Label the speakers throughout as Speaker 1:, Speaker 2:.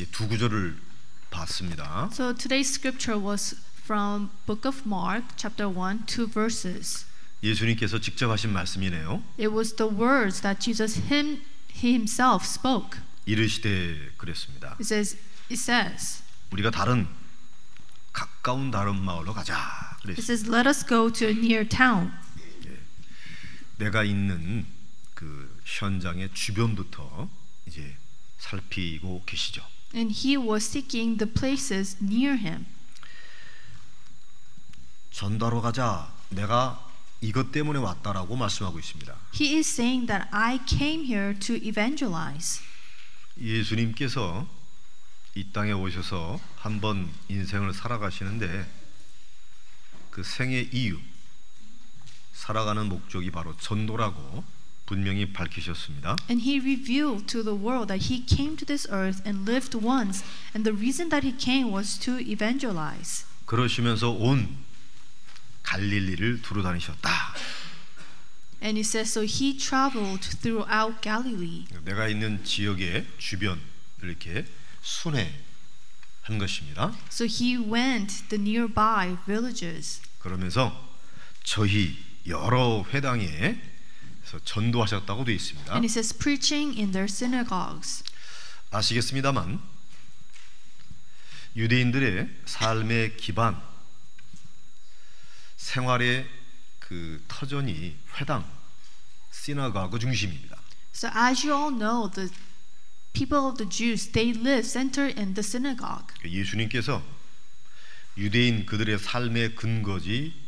Speaker 1: 이두 구절을 봤습니다.
Speaker 2: So today's scripture was from book of Mark chapter 1 two verses.
Speaker 1: 예수님께서 직접 하신 말씀이네요.
Speaker 2: It was the words that Jesus him he himself spoke.
Speaker 1: 이르시되 그랬습니다.
Speaker 2: It says it says
Speaker 1: 우리가 다른 가까운 다른 마을로 가자.
Speaker 2: it
Speaker 1: 그랬습니다.
Speaker 2: says let us go to a near town.
Speaker 1: 내가 있는 그 현장의 주변부터 이제 살피고 계시죠.
Speaker 2: And he was seeking the places near him.
Speaker 1: 전다로 가자. 내가 이것 때문에 왔다라고 말씀하고 있습니다.
Speaker 2: He is saying that I came here to evangelize.
Speaker 1: 예수님께서 이 땅에 오셔서 한번 인생을 살아가시는데 그 생의 이유, 살아가는 목적이 바로 전도라고 분명히 밝히셨습니다.
Speaker 2: And he revealed to the world that he came to this earth and lived once, and the reason that he came was to evangelize.
Speaker 1: 그러시면서 온 갈릴리를 두루 다니셨다.
Speaker 2: And he says, so he traveled throughout Galilee.
Speaker 1: 내가 있는 지역의 주변을 이렇게 순회한 것입니다.
Speaker 2: So he went the nearby villages.
Speaker 1: 그러면서 저희 여러 회당에 서 전도하셨다고 되어 있습니다.
Speaker 2: And he says, preaching in their synagogues.
Speaker 1: 아시겠습니다만 유대인들의 삶의 기반 생활의 그 터전이 회당 시나가고 중심입니다.
Speaker 2: So as you all know, the people of the Jews, they live centered in the synagogue.
Speaker 1: 그러니까 예수님께서 유대인 그들의 삶의 근거지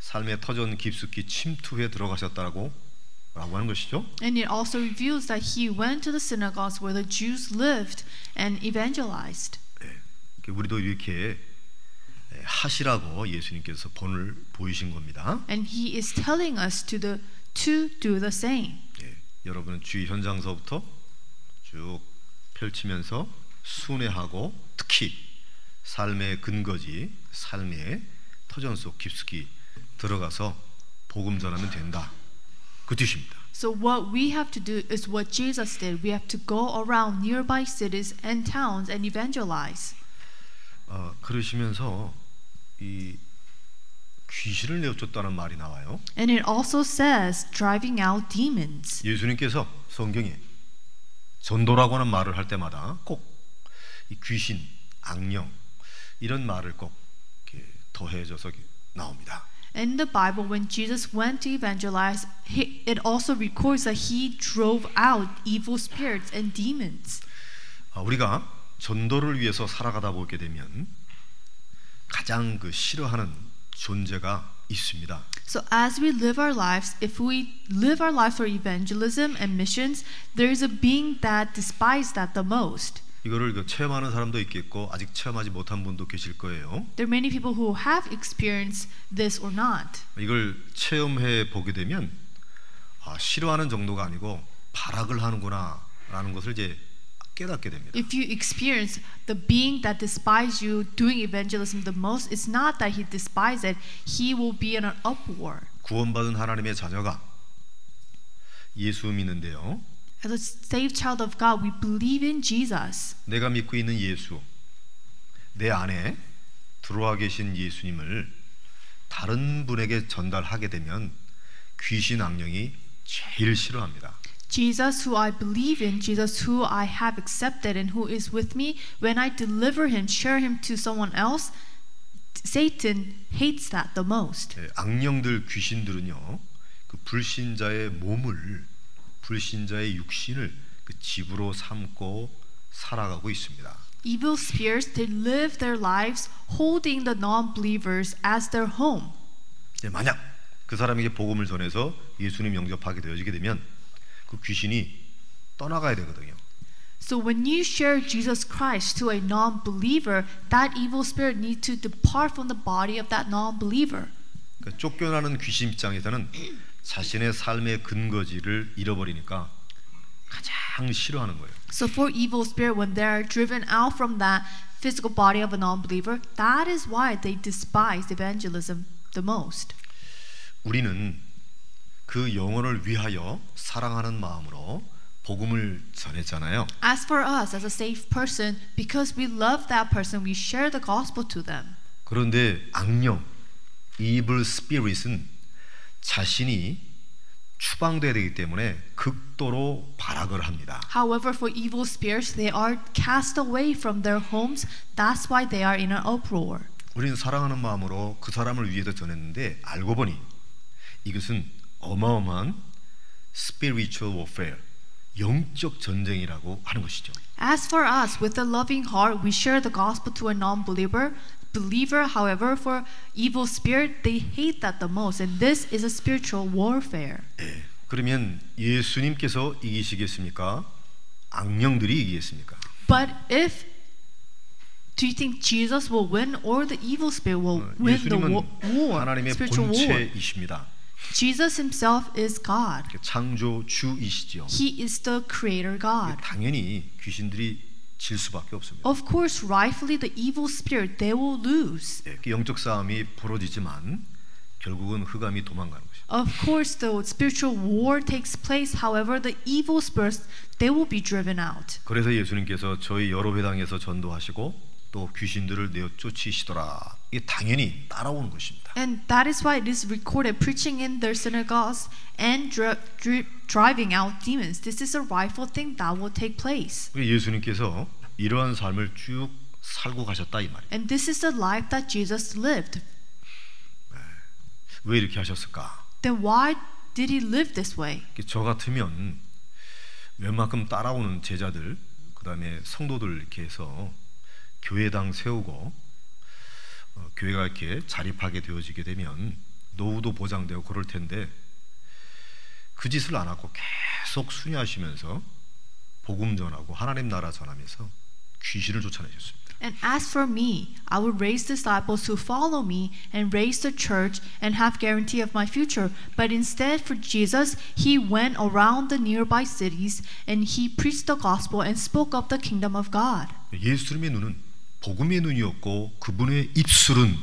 Speaker 1: 삶의 터전 깊숙이 침투해 들어가셨다라고 라고 하는 것이죠.
Speaker 2: And it also reveals that he went to the synagogues where the Jews lived and evangelized.
Speaker 1: 그 우리도 이렇게 하시라고 예수님께서 본을 보이신 겁니다.
Speaker 2: And he is telling us to the to do the same.
Speaker 1: 예, 여러분은 주위 현장서부터 쭉 펼치면서 순회하고 특히 삶의 근거지, 삶의 터전 속 깊숙이 들어가서 복음 전하면 된다. 그 뜻입니다.
Speaker 2: So what we have to do is what Jesus did. We have to go around nearby cities and towns and evangelize.
Speaker 1: 어, 그러시면서 이 귀신을 내쫓다는 말이 나와요.
Speaker 2: And it also says driving out demons.
Speaker 1: 예수님께서 성경에 전도라고 하는 말을 할 때마다 꼭 이 귀신, 악령 이런 말을 꼭 이렇게 더해져서 나옵니다.
Speaker 2: In the Bible, when Jesus went to evangelize, he, it also records that he drove out evil spirits and demons.
Speaker 1: 아, 우리가 전도를 위해서 살아가다 보게 되면 가장 그 싫어하는 존재가 있습니다.
Speaker 2: So as we live our lives, if we live our life for evangelism and missions, there is a being that despises that the most.
Speaker 1: 이거를 그 체험하는 사람도 있겠고 아직 체험하지 못한 분도 계실 거예요.
Speaker 2: There are many people who have experienced this or not.
Speaker 1: 이걸 체험해 보게 되면 아, 싫어하는 정도가 아니고 발악을 하는구나라는 것을 이제 깨닫게 됩니다.
Speaker 2: If you experience the being that despises you doing evangelism the most, it's not that he despises it, he will be in an uproar.
Speaker 1: 구원받은 하나님의 자녀가 예수 믿는데요.
Speaker 2: As a saved child of God, we believe in Jesus.
Speaker 1: 내가 믿고 있는 예수, 내 안에 들어와 계신 예수님을 다른 분에게 전달하게 되면 귀신 악령이 제일 싫어합니다.
Speaker 2: Jesus, who I believe in, Jesus, who I have accepted and who is with me, when I deliver him, share him to someone else, Satan hates that the most.
Speaker 1: 예, 악령들 귀신들은요, 그 불신자의 몸을 불신자의 육신을 그 집으로 삼고 살아가고 있습니다.
Speaker 2: Evil spirits, they live their lives holding the non believers as their home.
Speaker 1: 예, 만약 그 사람에게 복음을 전해서 예수님 영접하게 되어지게 되면 그 귀신이 떠나가야 되거든요.
Speaker 2: So when you share Jesus Christ to a non believer, that evil spirit needs to depart from the body of that non believer.
Speaker 1: 그러니까 쫓겨나는 귀신 입장에서는 자신의 삶의 근거지를 잃어버리니까 가장 싫어하는 거예요.
Speaker 2: So for evil spirit, when they're driven out from that physical body of a non-believer, that is why they despise evangelism the most.
Speaker 1: 우리는 그 영혼을 위하여 사랑하는 마음으로 복음을 전했잖아요.
Speaker 2: As for us, as a saved person, because we love that person, we share the gospel to them.
Speaker 1: 그런데 악령, evil spirit은 자신이 추방돼야 되기 때문에 극도로 발악을 합니다.
Speaker 2: However, for evil spirits, they are cast away from their homes. That's why they are in an uproar.
Speaker 1: 우리는 사랑하는 마음으로 그 사람을 위해서 전했는데 알고 보니 이것은 어마어마한 spiritual warfare, 영적 전쟁이라고 하는 것이죠.
Speaker 2: As for us, with a loving heart, we share the gospel to a non-believer. Believer, however, for evil spirit, they hate that the most, and this is a spiritual warfare.
Speaker 1: 예. 그러면 예수님께서 이기시겠습니까? 악령들이 이기겠습니까?
Speaker 2: But if do you think Jesus will win or the evil spirit will
Speaker 1: Uh,
Speaker 2: win the wa-
Speaker 1: 예수님은
Speaker 2: war,
Speaker 1: 하나님의
Speaker 2: spiritual war?
Speaker 1: 본체이십니다.
Speaker 2: Jesus himself is God.
Speaker 1: 창조주이시죠.
Speaker 2: He is the creator God.
Speaker 1: 예, 당연히 귀신들이 질 수밖에 없습니다.
Speaker 2: Of course, rightfully the evil spirit they will lose.
Speaker 1: 예, 그 영적 싸움이 벌어지지만 결국은 흑암이 도망가는 것이죠.
Speaker 2: Of course, the spiritual war takes place. However, the evil spirits they will be driven out.
Speaker 1: 그래서 예수님께서 저희 여러 회당에서 전도하시고 또 귀신들을 내쫓으시더라. 이게 당연히 따라오는 것입니다.
Speaker 2: And that is why it is recorded preaching in their synagogues and dri- dri- driving out demons. This is a rightful thing that will take place.
Speaker 1: 그래서 그러니까 예수님께서 이러한 삶을 쭉 살고 가셨다 이 말이에요.
Speaker 2: And this is the life that Jesus lived.
Speaker 1: 왜 이렇게 하셨을까?
Speaker 2: Then why did he live this way?
Speaker 1: 저 같으면 웬만큼 따라오는 제자들 그다음에 성도들 이렇게 해서 교회당 세우고 어, 교회가 이렇게 자립하게 되어지게 되면 노후도 보장되고 그럴 텐데 그 짓을 안 하고 계속 순회하시면서 복음 전하고 하나님 나라 전하면서 귀신을 쫓아내셨습니다.
Speaker 2: And as for me, I will raise disciples who follow me and raise the church and have guarantee of my future. But instead, for Jesus, he went around the nearby cities and he preached the gospel and spoke of the kingdom of God.
Speaker 1: 예수님의 눈은 복음의 눈이었고 그분의 입술은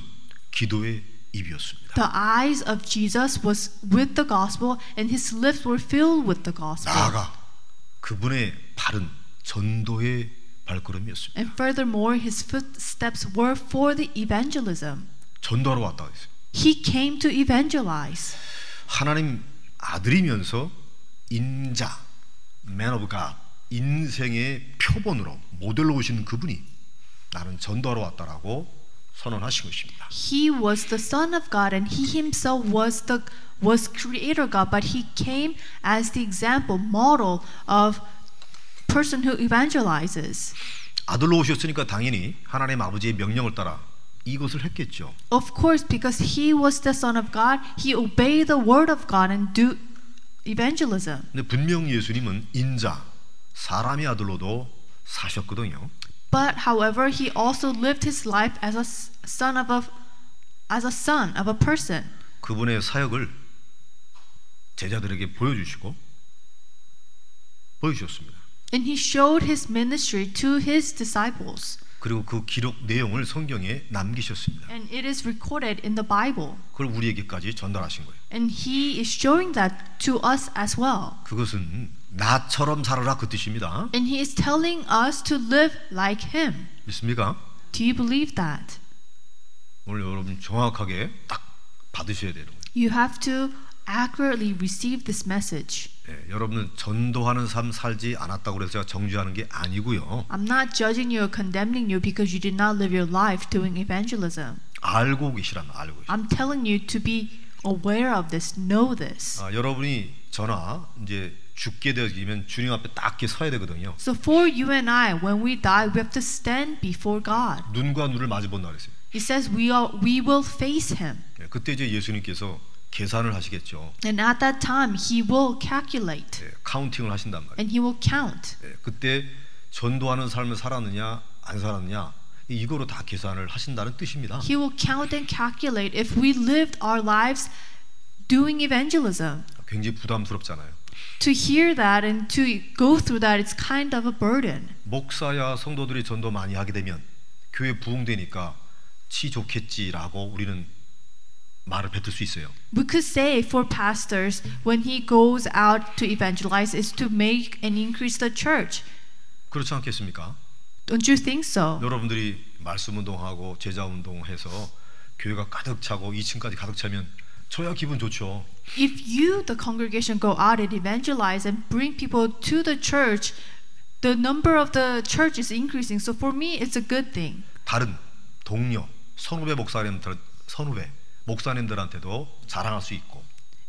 Speaker 1: 기도의 입이었습니다.
Speaker 2: The eyes of Jesus was with the gospel and his lips were filled with the gospel.
Speaker 1: 나아가 그분의 발은 전도의 발걸음이었습니다.
Speaker 2: And furthermore, his footsteps were for the evangelism.
Speaker 1: 전도하러 왔다 했어요.
Speaker 2: He came to evangelize.
Speaker 1: 하나님 아들이면서 인자, man of God, 인생의 표본으로 모델로 오신 그분이 나는 전도하러 왔다라고 선언하신 것입니다.
Speaker 2: he was the son of god and he himself was the was creator god but he came as the example model of person who evangelizes
Speaker 1: 아들로 오셨으니까 당연히 하나님 아버지의 명령을 따라 이것을 했겠죠.
Speaker 2: of course because he was the son of god he obeyed the word of god and do evangelism
Speaker 1: 근데 분명 예수님은 인자, 사람의 아들로도 사셨거든요.
Speaker 2: but however he also lived his life as a s- son of a as a son of a person
Speaker 1: 그분의 사역을 제자들에게 보여주시고 보여주셨습니다.
Speaker 2: and he showed his ministry to his disciples
Speaker 1: 그리고 그 기록 내용을 성경에 남기셨습니다.
Speaker 2: and it is recorded in the bible
Speaker 1: 그걸 우리에게까지 전달하신 거예요.
Speaker 2: And he is showing that to us as well.
Speaker 1: 그것은 나처럼 살아라 그 뜻입니다.
Speaker 2: And he is telling us to live like him.
Speaker 1: 믿습니까?
Speaker 2: Do you believe that?
Speaker 1: 오늘 여러분 정확하게 딱 받으셔야 되는 거예요.
Speaker 2: You have to accurately receive this message.
Speaker 1: 예, 여러분은 전도하는 삶 살지 않았다고 그래서 제가 정죄하는 게 아니고요.
Speaker 2: I'm not judging you or condemning you because you did not live your life doing evangelism.
Speaker 1: 알고 계시라면 알고 계시.
Speaker 2: I'm telling you to be aware of this, know this.
Speaker 1: 아, 여러분이 저나 이제 죽게 되어지면 주님 앞에 딱 이렇게 서야 되거든요.
Speaker 2: So for you and I, when we die, we have to stand before God.
Speaker 1: 눈과 눈을 마주 본다 그랬어요.
Speaker 2: He says we are we will face him.
Speaker 1: 예, 그때 이제 예수님께서 계산을 하시겠죠.
Speaker 2: And at that time he will calculate
Speaker 1: 예, 카운팅을 하신단 말이에요.
Speaker 2: and he will count.
Speaker 1: 예, 그때 전도하는 삶을 살았느냐 안 살았느냐 이- 이거로 다 계산을 하신다는 뜻입니다.
Speaker 2: He will count and calculate if we lived our lives doing evangelism.
Speaker 1: 굉장히 부담스럽잖아요.
Speaker 2: To hear that and to go through that, it's kind of a burden.
Speaker 1: 목사야 성도들이 전도 많이 하게 되면 교회 부흥되니까 치 좋겠지라고 우리는 말을 뱉을 수 있어요.
Speaker 2: We could say for pastors when he goes out to evangelize is to make and increase the church.
Speaker 1: 그렇지 않겠습니까?
Speaker 2: Don't you think so?
Speaker 1: 여러분들이 말씀 운동하고 제자 운동해서 교회가 가득 차고 2층까지 가득 차면 저야 기분 좋죠.
Speaker 2: If you, the congregation, go out and evangelize and bring people to the church, the number of the church is increasing. So for me, it's a good thing.
Speaker 1: 다른 동료, 선후배 목사님들 선후배 목사님들한테도 자랑할 수 있고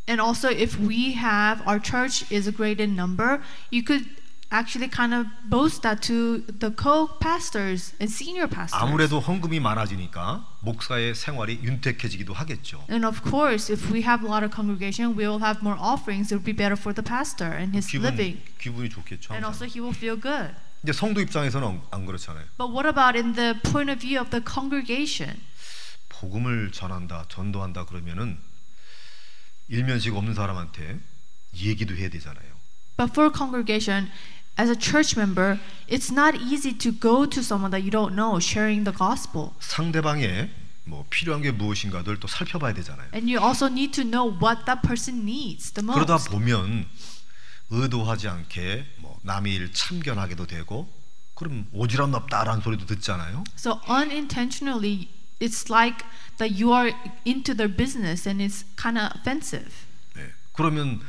Speaker 2: And also, if we have our church is great in number, you could actually kind of boast that to the co-pastors and senior pastors.
Speaker 1: 아무래도 헌금이 많아지니까 목사의 생활이 윤택해지기도 하겠죠.
Speaker 2: And of course, if we have a lot of congregation, we will have more offerings. It will be better for the pastor and his
Speaker 1: 기분
Speaker 2: living,
Speaker 1: 기분이 좋겠죠.
Speaker 2: and also
Speaker 1: 항상.
Speaker 2: he will feel good.
Speaker 1: 이제 성도 입장에서는 안- 안 그렇잖아요.
Speaker 2: But what about in the point of view of the congregation?
Speaker 1: 복음을 전한다, 전도한다 그러면은 일면식 없는 사람한테 얘기도 해야 되잖아요.
Speaker 2: But for a congregation, as a church member, it's not easy to go to someone that you don't know sharing the gospel.
Speaker 1: 상대방의 뭐 필요한 게 무엇인가를 또 살펴봐야 되잖아요.
Speaker 2: And you also need to know what that person needs the most.
Speaker 1: 그러다 보면 의도하지 않게 뭐 남의 일 참견하게도 되고 그럼 오지랖 없다라는 소리도 듣잖아요.
Speaker 2: So unintentionally, it's like that you are into their business and it's kind of offensive.
Speaker 1: 네. 그러면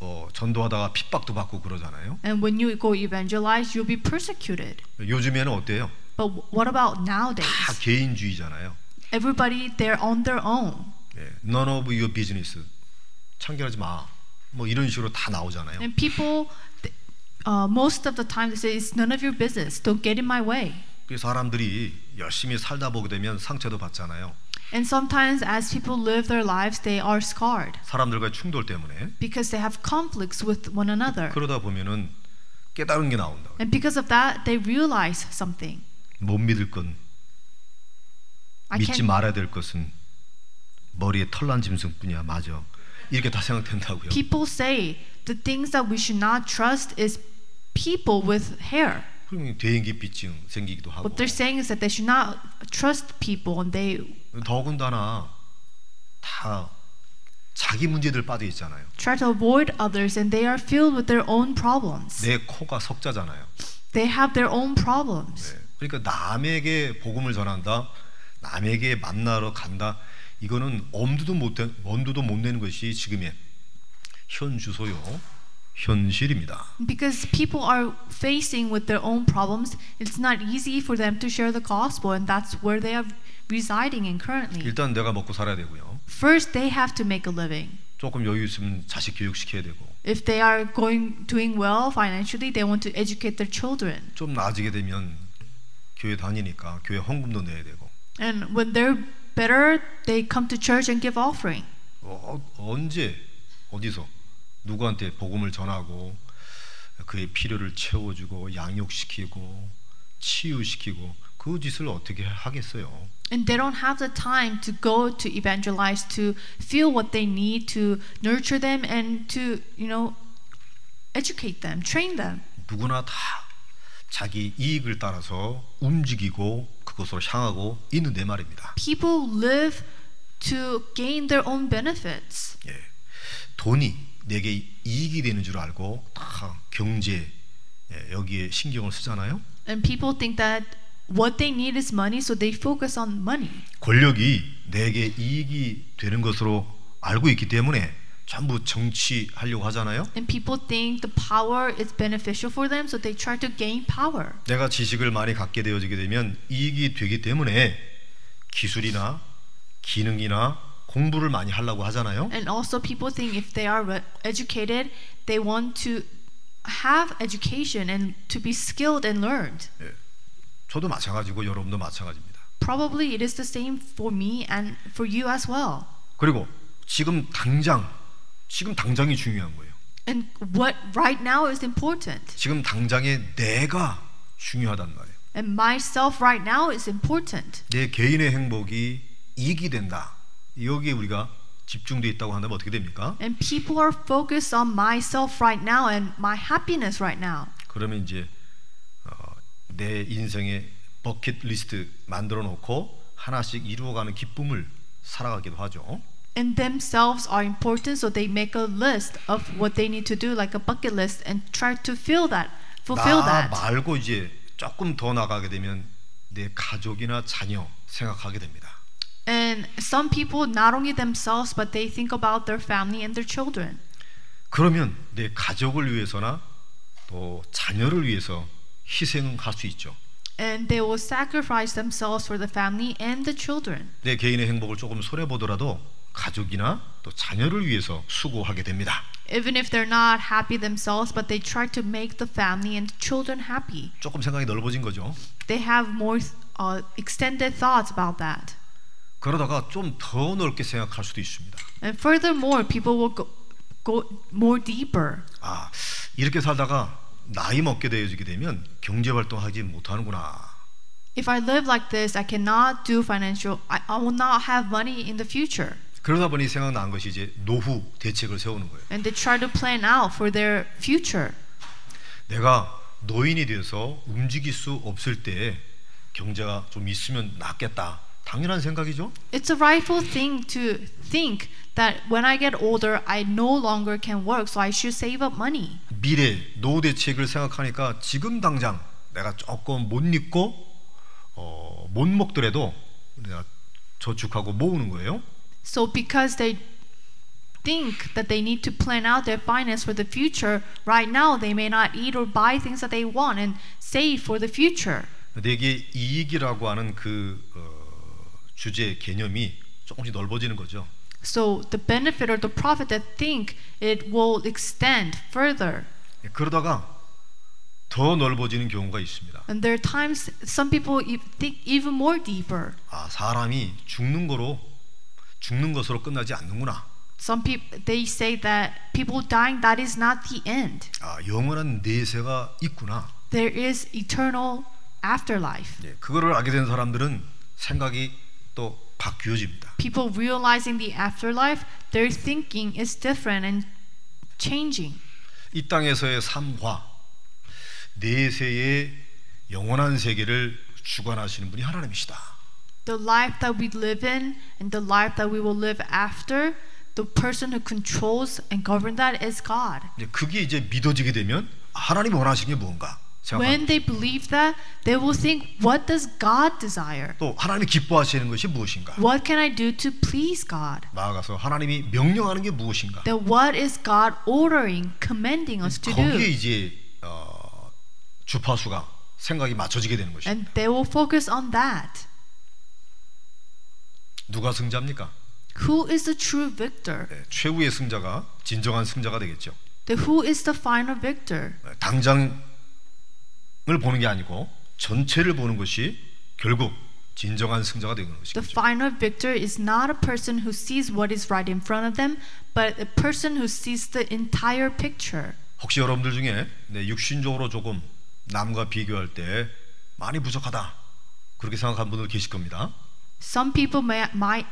Speaker 1: 어, 전도하다가 핍박도 받고 그러잖아요.
Speaker 2: And when you go evangelize, you'll be persecuted.
Speaker 1: 요즘에는 어때요?
Speaker 2: But what about
Speaker 1: 다
Speaker 2: nowadays?
Speaker 1: 개인주의잖아요.
Speaker 2: Everybody, they're on their own.
Speaker 1: 네. None of your business. 참견하지 마. 뭐 이런 식으로 다 나오잖아요.
Speaker 2: And people, th- uh, most of the time, they say, it's none of your business. Don't get in my way.
Speaker 1: 그 사람들이 열심히 살다 보게 되면 상처도 받잖아요.
Speaker 2: And sometimes, as people live their lives, they are scarred
Speaker 1: 사람들과의 충돌 때문에
Speaker 2: because they have conflicts with one another.
Speaker 1: 그러다 보면은 깨달은 게 나온다.
Speaker 2: And because of that, they realize something.
Speaker 1: 못 믿을 건
Speaker 2: I
Speaker 1: 믿지
Speaker 2: can't.
Speaker 1: 말아야 될 것은 머리에 털난 짐승뿐이야. 맞아. 이렇게 다 생각된다고요.
Speaker 2: People say the things that we should not trust is people with hair.
Speaker 1: 그러면 대인기 비증 생기기도 하고
Speaker 2: What they're saying is that they should not trust people, and they
Speaker 1: 더군다나 다 자기 문제들 빠져 있잖아요.
Speaker 2: try to avoid others, and they are filled with their own problems.
Speaker 1: 내 코가 석자잖아요.
Speaker 2: They have their own problems.
Speaker 1: 네. 그러니까 남에게 복음을 전한다, 남에게 만나러 간다. 이거는 엄두도 못 내- 엄두도 못 내는 것이 지금의 현 주소요 현실입니다.
Speaker 2: Because people are facing with their own problems, it's not easy for them to share the gospel, and that's where they are residing in currently.
Speaker 1: 일단 내가 먹고 살아야 되고요.
Speaker 2: First, they have to make a living.
Speaker 1: 조금 여유 있으면 자식 교육 시켜야 되고
Speaker 2: If they are going doing well financially, they want to educate their children.
Speaker 1: 좀 나아지게 되면 교회 다니니까 교회 헌금도 내야 되고
Speaker 2: And when they're better, they come to church and give offering.
Speaker 1: 어, 언제 어디서 누구한테 복음을 전하고 그의 필요를 채워주고 양육시키고 치유시키고 그 짓을 어떻게 하겠어요?
Speaker 2: And they don't have the time to go to evangelize, to feel what they need, to nurture them and to, you know, educate them, train them.
Speaker 1: 누구나 다 자기 이익을 따라서 움직이고 그것으로 향하고 있는데 말입니다.
Speaker 2: people live to gain their own benefits.
Speaker 1: 예. 돈이 내게 이익이 되는 줄 알고 다 경제 예, 여기에 신경을 쓰잖아요.
Speaker 2: And people think that what they need is money, so they focus on money.
Speaker 1: 권력이 내게 이익이 되는 것으로 알고 있기 때문에 전부 정치하려고 하잖아요.
Speaker 2: And people think the power is beneficial for them, so they try to gain power.
Speaker 1: 내가 지식을 많이 갖게 되어지게 되면 이익이 되기 때문에 기술이나 기능이나 공부를 많이 하려고 하잖아요.
Speaker 2: And also, people think if they are re- educated, they want to have education and to be skilled and learned.
Speaker 1: 저도 마찬가지고 여러분도 마찬가지입니다.
Speaker 2: Probably it is the same for me and for you as well.
Speaker 1: 그리고 지금 당장 지금 당장이 중요한 거예요.
Speaker 2: And what right now is important,
Speaker 1: 지금 당장에 내가 중요하단 말이에요.
Speaker 2: and myself right now is important.
Speaker 1: 내 개인의 행복이 이익이 된다. 여기에 우리가 집중돼 있다고 한다면 어떻게 됩니까?
Speaker 2: And people are focused on myself right now and my happiness right now.
Speaker 1: 그러면 이제 어, 내 인생의 버킷 리스트 만들어 놓고 하나씩 이루어가는 기쁨을 살아가기도 하죠.
Speaker 2: in themselves are important, so they make a list of what they need to do, like a bucket list, and try to fill that, fulfill
Speaker 1: 나
Speaker 2: that.
Speaker 1: 말고 이제 조금 더 나가게 되면 내 가족이나 자녀 생각하게 됩니다.
Speaker 2: And some people, not only themselves, but they think about their family and their children.
Speaker 1: 그러면 내 가족을 위해서나 또 자녀를 위해서 희생할 수 있죠.
Speaker 2: And they will sacrifice themselves for the family and the children.
Speaker 1: 내 개인의 행복을 조금 손해 보더라도 가족이나 또 자녀를 위해서 수고하게 됩니다.
Speaker 2: Even if they're not happy themselves, but they try to make the family and the children happy.
Speaker 1: 조금 생각이 넓어진 거죠.
Speaker 2: They have more uh, extended thoughts about that.
Speaker 1: 그러다가 좀 더 넓게 생각할 수도 있습니다.
Speaker 2: And furthermore, people will go, go more deeper.
Speaker 1: 아, 이렇게 살다가 나이 먹게 되어지게 되면 경제 활동하지 못하는구나.
Speaker 2: If I live like this, I cannot do financial, I, I will not have money in the future.
Speaker 1: 그러다 보니 생각난 것이 이제 노후 대책을 세우는 거예요.
Speaker 2: And they try to plan out for their future.
Speaker 1: 내가 노인이 되어서 움직일 수 없을 때에 경제가 좀 있으면 낫겠다. 당연한 생각이죠.
Speaker 2: It's a rightful thing to think that when I get older, I no longer can work, so I should save up money.
Speaker 1: 미래 노후 대책을 생각하니까 지금 당장 내가 조금 못 입고 어, 못 먹더라도 내가 저축하고 모으는 거예요.
Speaker 2: So because they think that they need to plan out their finance for the future, right now they may not eat or buy things that they want and save for the future.
Speaker 1: 내게 이익이라고 하는 그 어, 주제 개념이 조금씩 넓어지는 거죠.
Speaker 2: So the benefit or the profit that think it will extend further.
Speaker 1: 예, 그러다가 더 넓어지는 경우가 있습니다.
Speaker 2: And there are times some people e- think even more deeper.
Speaker 1: 아 사람이 죽는 거로 죽는 것으로 끝나지 않는구나.
Speaker 2: Some people they say that people dying that is not the end.
Speaker 1: 아 영원한 내세가 있구나.
Speaker 2: There is eternal afterlife.
Speaker 1: 예, 그거를 알게 된 사람들은 생각이 또 바뀌어집니다.
Speaker 2: People realizing the afterlife, their thinking is different and changing.
Speaker 1: 이 땅에서의 삶과 내세의 영원한 세계를 주관하시는 분이 하나님이시다.
Speaker 2: The life that we live in and the life that we will live after, the person who controls and governs that is God.
Speaker 1: 이제 그게 이제 믿어지게 되면 하나님 원하시는 게 무언가 생각하고
Speaker 2: When they believe that, they will think, what does God desire?
Speaker 1: 또 하나님이 기뻐하시는 것이 무엇인가
Speaker 2: What can I do to please God?
Speaker 1: 나아가서 하나님이 명령하는 게 무엇인가
Speaker 2: Then what is God ordering, commanding us to
Speaker 1: 거기에
Speaker 2: do?
Speaker 1: 이제 어, 주파수가 생각이 맞춰지게 되는 것이
Speaker 2: And they will focus on that.
Speaker 1: 누가 승자입니까?
Speaker 2: Who is the true victor?
Speaker 1: 네, 최후의 승자가 진정한 승자가 되겠죠.
Speaker 2: The who is the final victor?
Speaker 1: 네, 당장을 보는 게 아니고 전체를 보는 것이 결국 진정한 승자가 되는
Speaker 2: The
Speaker 1: 것이죠.
Speaker 2: final victor is not a person who sees what is right in front of them, but a person who sees the entire picture.
Speaker 1: 혹시 여러분들 중에 네, 육신적으로 조금 남과 비교할 때 많이 부족하다 그렇게 생각한 분들 계실 겁니다.
Speaker 2: Some people may, might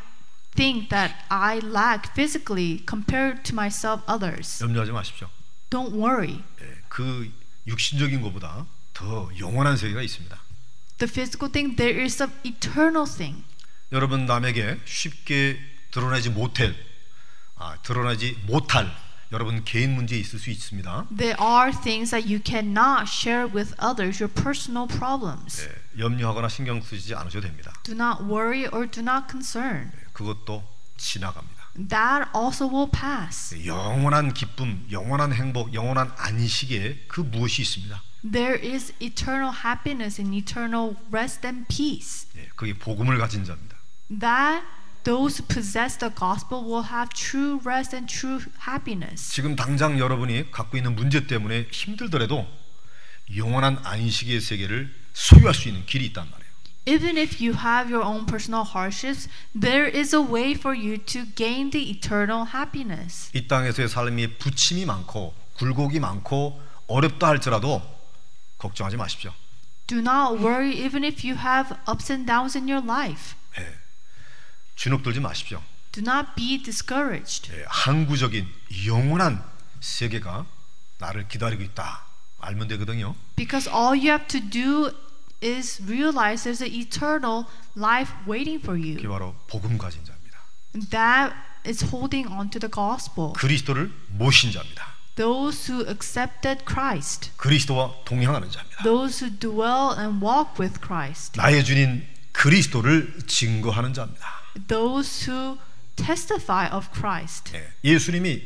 Speaker 2: think that I lack physically compared to myself others.
Speaker 1: 염려하지 마십시오.
Speaker 2: Don't worry.
Speaker 1: 예, 그 육신적인 것보다 더 영원한 세계가 있습니다.
Speaker 2: The physical thing there is an eternal thing.
Speaker 1: 여러분 남에게 쉽게 드러내지 못할 아, 드러내지 못할 여러분 개인 문제 있을 수 있습니다.
Speaker 2: There are things that you cannot share with others, your personal problems.
Speaker 1: 예, 염려하거나 신경 쓰지 않으셔도 됩니다.
Speaker 2: Do not worry or do not concern.
Speaker 1: 예, 그것도 지나갑니다.
Speaker 2: That also will pass.
Speaker 1: 예, 영원한 기쁨, 영원한 행복, 영원한 안식에 그 무엇이 있습니다.
Speaker 2: There is eternal happiness and eternal rest and peace.
Speaker 1: 예, 그게 복음을 가진 자입니다.
Speaker 2: That those who possess the gospel will have true rest and true happiness.
Speaker 1: 지금 당장 여러분이 갖고 있는 문제 때문에 힘들더라도 영원한 안식의 세계를 소유할 수 있는 길이 있단 말이에요.
Speaker 2: Even if you have your own personal hardships, there is a way for you to gain the eternal happiness.
Speaker 1: 이 땅에서의 삶이 부침이 많고 굴곡이 많고 어렵다 할지라도 걱정하지 마십시오.
Speaker 2: Do not worry even if you have ups and downs in your life.
Speaker 1: 예. 주눅들지 마십시오.
Speaker 2: Do not be discouraged.
Speaker 1: 예, 항구적인 영원한 세계가 나를 기다리고 있다. 알면 되거든요.
Speaker 2: Because all you have to do is realize there's an eternal life waiting for you.
Speaker 1: 그게 바로 복음 가진 자입니다.
Speaker 2: That is holding on to the gospel.
Speaker 1: 그리스도를 모신 자입니다.
Speaker 2: Those who accepted Christ,
Speaker 1: 그리스도와 동행하는 자입니다.
Speaker 2: those who dwell and walk with Christ,
Speaker 1: 나의 주인 그리스도를 증거하는 자입니다.
Speaker 2: those who testify of Christ.
Speaker 1: 예, 예수님이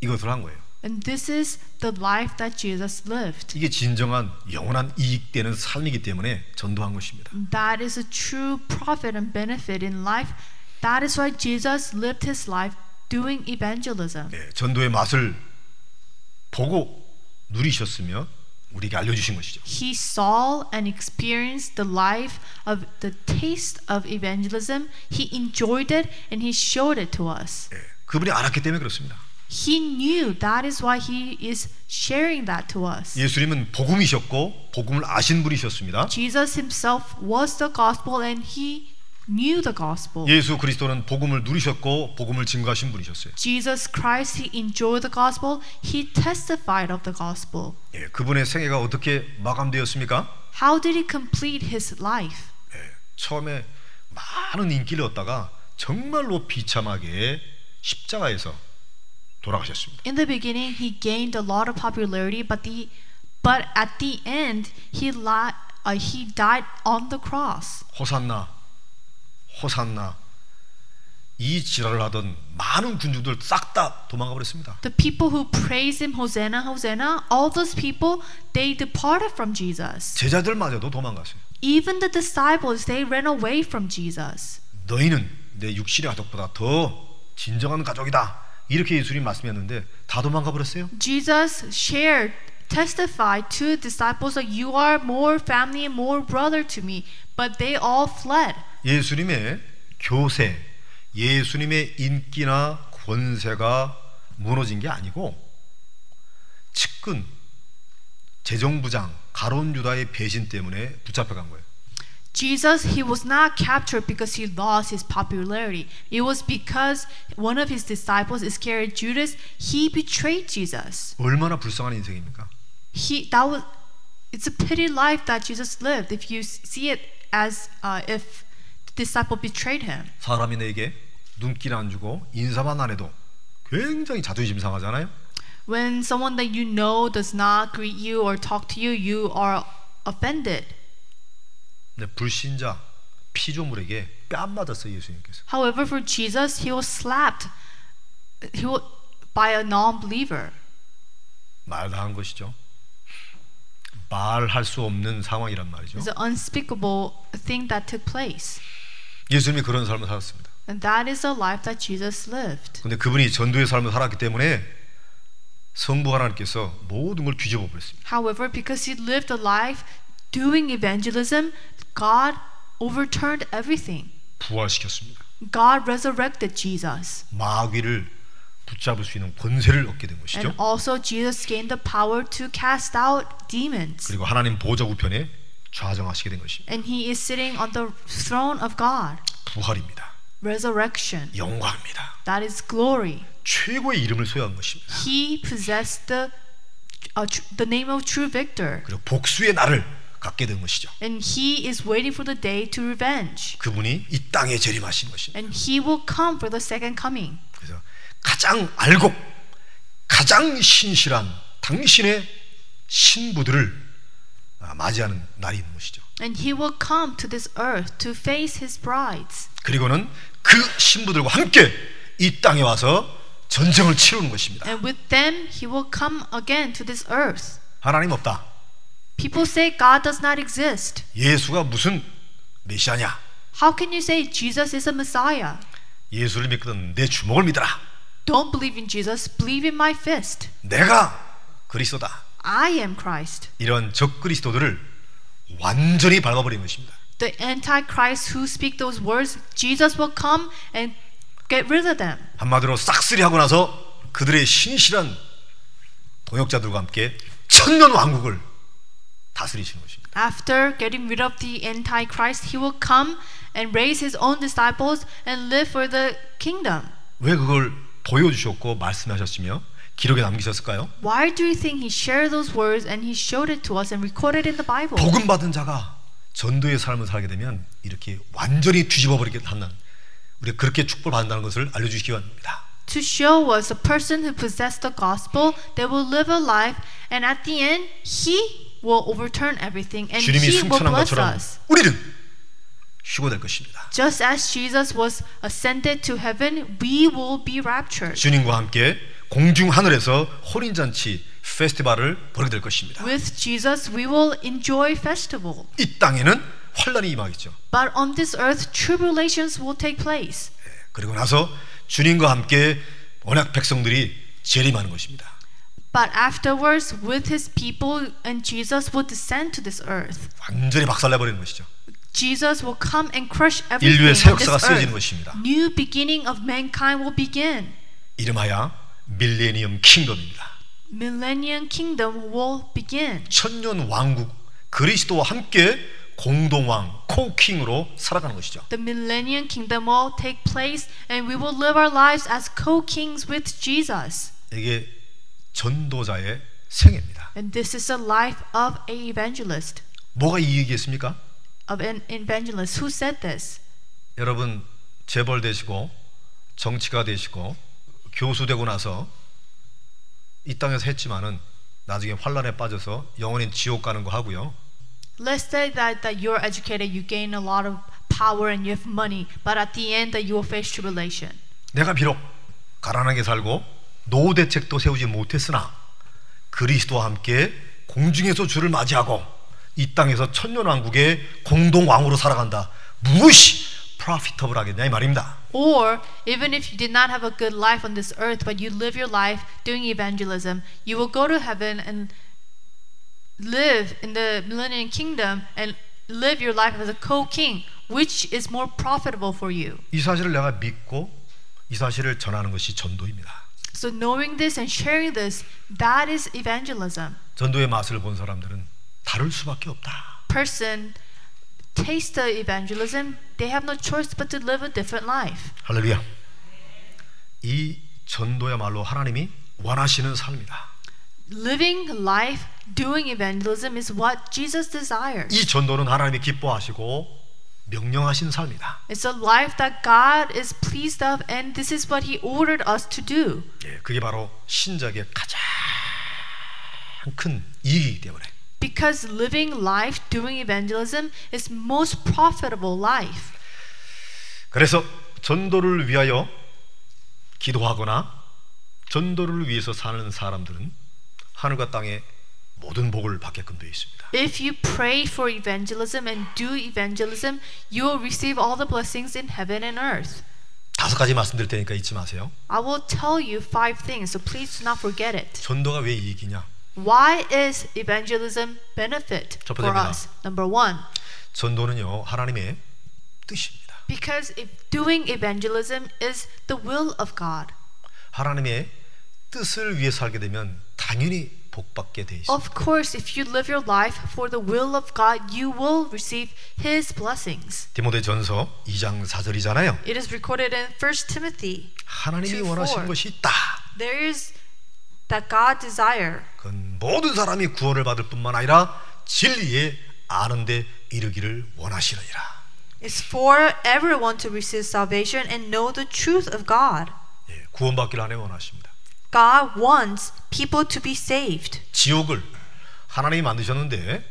Speaker 1: 이것을 한 거예요.
Speaker 2: And this is the life that Jesus lived.
Speaker 1: 이게 진정한 영원한 이익되는 삶이기 때문에 전도한 것입니다.
Speaker 2: That is a true profit and benefit in life. That is why Jesus lived his life doing evangelism.
Speaker 1: 예, 전도의 맛을 보고 누리셨으며 우리에게 알려주신 것이죠.
Speaker 2: He saw and experienced the life of the taste of evangelism. He enjoyed it and he showed it to us.
Speaker 1: 예, 그분이 알았기 때문에 그렇습니다.
Speaker 2: He knew that is why he is sharing that to us.
Speaker 1: 예수님은 복음이셨고 복음을 아신 분이셨습니다.
Speaker 2: Jesus himself was the gospel and he knew the gospel.
Speaker 1: 예수 그리스도는 복음을 누리셨고 복음을 증거하신 분이셨어요.
Speaker 2: Jesus Christ, he enjoyed the gospel, he testified of the gospel.
Speaker 1: 예, 그분의 생애가 어떻게 마감되었습니까?
Speaker 2: How did he complete his life?
Speaker 1: 예, 처음에 많은 인기를 얻다가 정말로 비참하게 십자가에서 돌아가셨습니다.
Speaker 2: In the beginning, he gained a lot of popularity, but the but at the end, he li- uh, he died on the cross.
Speaker 1: 호산나, 호산나 이 지랄을 하던 많은 군중들 싹 다 도망가 버렸습니다.
Speaker 2: The people who praised him, Hosanna, Hosanna, all those people, they departed from Jesus.
Speaker 1: 제자들마저도 도망갔어요.
Speaker 2: Even the disciples, they ran away from Jesus.
Speaker 1: 너희는 내 육신의 가족보다 더 진정한 가족이다. 이렇게 예수님 말씀했는데 다 도망가 버렸어요.
Speaker 2: Jesus shared, testified to his disciples that you are more family and more brother to me, but they all fled.
Speaker 1: 예수님의 교세, 예수님의 인기나 권세가 무너진 게 아니고 측근, 재정부장, 가론 유다의 배신 때문에 붙잡혀간 거예요.
Speaker 2: Jesus, he was not captured because he lost his popularity. It was because one of his disciples, Iscariot Judas, he betrayed Jesus.
Speaker 1: 얼마나 불쌍한 인생입니까?
Speaker 2: He that was it's a pity life that Jesus lived if you s- see it as uh, if the disciple betrayed him.
Speaker 1: 사람이 내게 눈길 안 주고 인사만 안 해도 굉장히 자존심 상하잖아요.
Speaker 2: When someone that you know does not greet you or talk to you, you are offended.
Speaker 1: 근데 불신자 피조물에게 뺨 맞았어요 예수님께서.
Speaker 2: However, for Jesus, he was slapped he was, by a non-believer.
Speaker 1: 말다한 것이죠. 말할 수 없는 상황이란 말이죠.
Speaker 2: It's an unspeakable thing that took place.
Speaker 1: 예수님이 그런 삶을 살았습니다.
Speaker 2: And that is the life that Jesus lived.
Speaker 1: 근데 그분이 전도의 삶을 살았기 때문에 성부 하나님께서 모든 걸 뒤집어 버렸습니다.
Speaker 2: However, because he lived a life doing evangelism, God overturned everything.
Speaker 1: 부활시켰습니다.
Speaker 2: God resurrected Jesus.
Speaker 1: 마귀를 붙잡을 수 있는 권세를 얻게 된
Speaker 2: And
Speaker 1: 것이죠.
Speaker 2: also, Jesus gained the power to cast out demons.
Speaker 1: 그리고 하나님 보좌 우편에 좌정하시게 된 것이
Speaker 2: And he is sitting on the throne of God.
Speaker 1: 부활입니다.
Speaker 2: Resurrection.
Speaker 1: 영광입니다.
Speaker 2: That is glory.
Speaker 1: 최고의 이름을 소유한 것입니다.
Speaker 2: He possessed the, uh, tr- the name of true victor.
Speaker 1: 그리고 복수의 날을 갖게 된 것이죠.
Speaker 2: And he is waiting for the day to revenge.
Speaker 1: 그분이 이 땅에 재림하신 것입니다.
Speaker 2: And he will come for the second coming.
Speaker 1: 그래서 가장 알고 가장 신실한 당신의 신부들을 아, 맞이하는 날이 있는 것이죠.
Speaker 2: And he will come to this earth to face his brides.
Speaker 1: 그리고는 그 신부들과 함께 이 땅에 와서 전쟁을 치르는 것입니다.
Speaker 2: And with them, he will come again to this earth.
Speaker 1: 하나님 없다.
Speaker 2: People say God does not exist.
Speaker 1: 예수가 무슨 메시아냐?
Speaker 2: How can you say Jesus is a Messiah?
Speaker 1: 예수를 믿거든 내 주먹을 믿어라.
Speaker 2: Don't believe in Jesus, believe in my fist.
Speaker 1: 내가 그리스도다.
Speaker 2: I am Christ.
Speaker 1: 이런 적그리스도들을 완전히 밟아버리는 것입니다.
Speaker 2: The Antichrist who speak those words, Jesus will come and get rid of them.
Speaker 1: 한마디로 싹쓸이 하고 나서 그들의 신실한 동역자들과 함께 천년 왕국을 다스리시는 것입니다.
Speaker 2: After getting rid of the Antichrist, he will come and raise his own disciples and live for the kingdom.
Speaker 1: 왜 그걸 보여주셨고 말씀하셨으며 기록에 남기셨을까요?
Speaker 2: Why do you think he shared those words and he showed it to us and recorded in the Bible?
Speaker 1: 복음 받은 자가 전도의 삶을 살게 되면 이렇게 완전히 뒤집어버리게 하는 우리가 그렇게 축복받는다는 것을 알려주시기 바랍니다.
Speaker 2: To show us a person who possessed the gospel, they will live a life, and at the end, he will overturn everything and
Speaker 1: 주님이
Speaker 2: he will
Speaker 1: 승천한
Speaker 2: bless
Speaker 1: 것처럼
Speaker 2: us.
Speaker 1: 우리는 쉬고 될 것입니다.
Speaker 2: Just as Jesus was ascended to heaven, we will be raptured.
Speaker 1: 주님과 함께 공중 하늘에서 혼인잔치 페스티벌을 벌이게 될 것입니다.
Speaker 2: With Jesus, we will enjoy festival.
Speaker 1: 이 땅에는 환란이 임하겠죠.
Speaker 2: But on this earth, tribulations will take place.
Speaker 1: 그리고 나서 주님과 함께 언약 백성들이 재림하는 것입니다.
Speaker 2: But afterwards, with his people, and Jesus will descend to this earth.
Speaker 1: 완전히 박살내버리는 것이죠.
Speaker 2: Jesus will come and crush everything
Speaker 1: 인류의 새
Speaker 2: on this
Speaker 1: 역사가 쓰여지는
Speaker 2: earth.
Speaker 1: 것입니다.
Speaker 2: New beginning of mankind will begin.
Speaker 1: 이름하여 밀레니엄 킹덤입니다.
Speaker 2: Millennium kingdom will begin.
Speaker 1: 천년 왕국 그리스도와 함께 공동왕 코킹으로 살아가는 것이죠.
Speaker 2: The millennium kingdom will take place, and we will live our lives as co-kings with Jesus.
Speaker 1: 이게 전도자의 생애입니다.
Speaker 2: And this is the life of a evangelist,
Speaker 1: 뭐가 이 얘기겠습니까?
Speaker 2: of an evangelist. Who said this?
Speaker 1: 여러분 재벌 되시고 정치가 되시고 교수 되고 나서 이 땅에서 했지만은 나중에 환란에 빠져서 영원히 지옥 가는 거 하고요.
Speaker 2: Let's say that, that you're educated, you gain a lot of power and you have money, but at the end that you will face tribulation.
Speaker 1: 내가 비록 가난하게 살고 노후 대책도 세우지 못했으나 그리스도와 함께 공중에서 주를 맞이하고 이 땅에서 천년 왕국의 공동 왕으로 살아간다. 무엇이 프로피터블 하겠냐 이 말입니다.
Speaker 2: Or even if you did not have a good life on this earth, but you live your life doing evangelism, you will go to heaven and live in the millennium kingdom and live your life as a co-king, which is more profitable for you.
Speaker 1: 이 사실을 내가 믿고 이 사실을 전하는 것이 전도입니다.
Speaker 2: So knowing this and sharing this, that is evangelism.
Speaker 1: 전도의 맛을 본 사람들은 다를 수밖에 없다.
Speaker 2: Person taste the evangelism, they have no choice but to live a different life.
Speaker 1: 할렐루야. 이 전도야말로 하나님이 원하시는 삶이다.
Speaker 2: Living life doing evangelism is what Jesus desires.
Speaker 1: 이 전도는 하나님이 기뻐하시고 명령하신 삶이다.
Speaker 2: It's a life that God is pleased of, and this is what He ordered us to do.
Speaker 1: 예, 그게 바로 신작의 가장 큰 이익이기 때문에
Speaker 2: Because living life doing evangelism is most profitable life.
Speaker 1: 그래서 전도를 위하여 기도하거나 전도를 위해서 사는 사람들은 하늘과 땅의 모든 복을 받게끔 되어 있습니다.
Speaker 2: If you pray for evangelism and do evangelism, you will receive all the blessings in heaven and earth.
Speaker 1: 다섯 가지 말씀드릴 테니까 잊지 마세요.
Speaker 2: I will tell you five things, so please do not forget it.
Speaker 1: 전도가 왜 이익이냐?
Speaker 2: Why is evangelism benefit
Speaker 1: 첫
Speaker 2: for
Speaker 1: 번째입니다.
Speaker 2: us? Number one,
Speaker 1: 전도는요 하나님의 뜻입니다.
Speaker 2: because if doing evangelism is the will of God.
Speaker 1: 하나님의 뜻을 위해 살게 되면 당연히 복받게 돼 있습니다.
Speaker 2: Of course, if you live your life for the will of God, you will receive His blessings.
Speaker 1: 디모데전서 2장 4절이잖아요.
Speaker 2: It is recorded in 1 Timothy.
Speaker 1: 하나님이
Speaker 2: 2:4.
Speaker 1: 원하시는 것이 있다.
Speaker 2: There is that God desire
Speaker 1: 그건 모든 사람이 구원을 받을 뿐만 아니라 진리에 아는데 이르기를 원하시느니라.
Speaker 2: is for everyone to receive salvation and know the truth of God.
Speaker 1: 예, 구원받기를 하나님 원하십니다.
Speaker 2: God wants people to be saved.
Speaker 1: 지옥을 하나님이 만드셨는데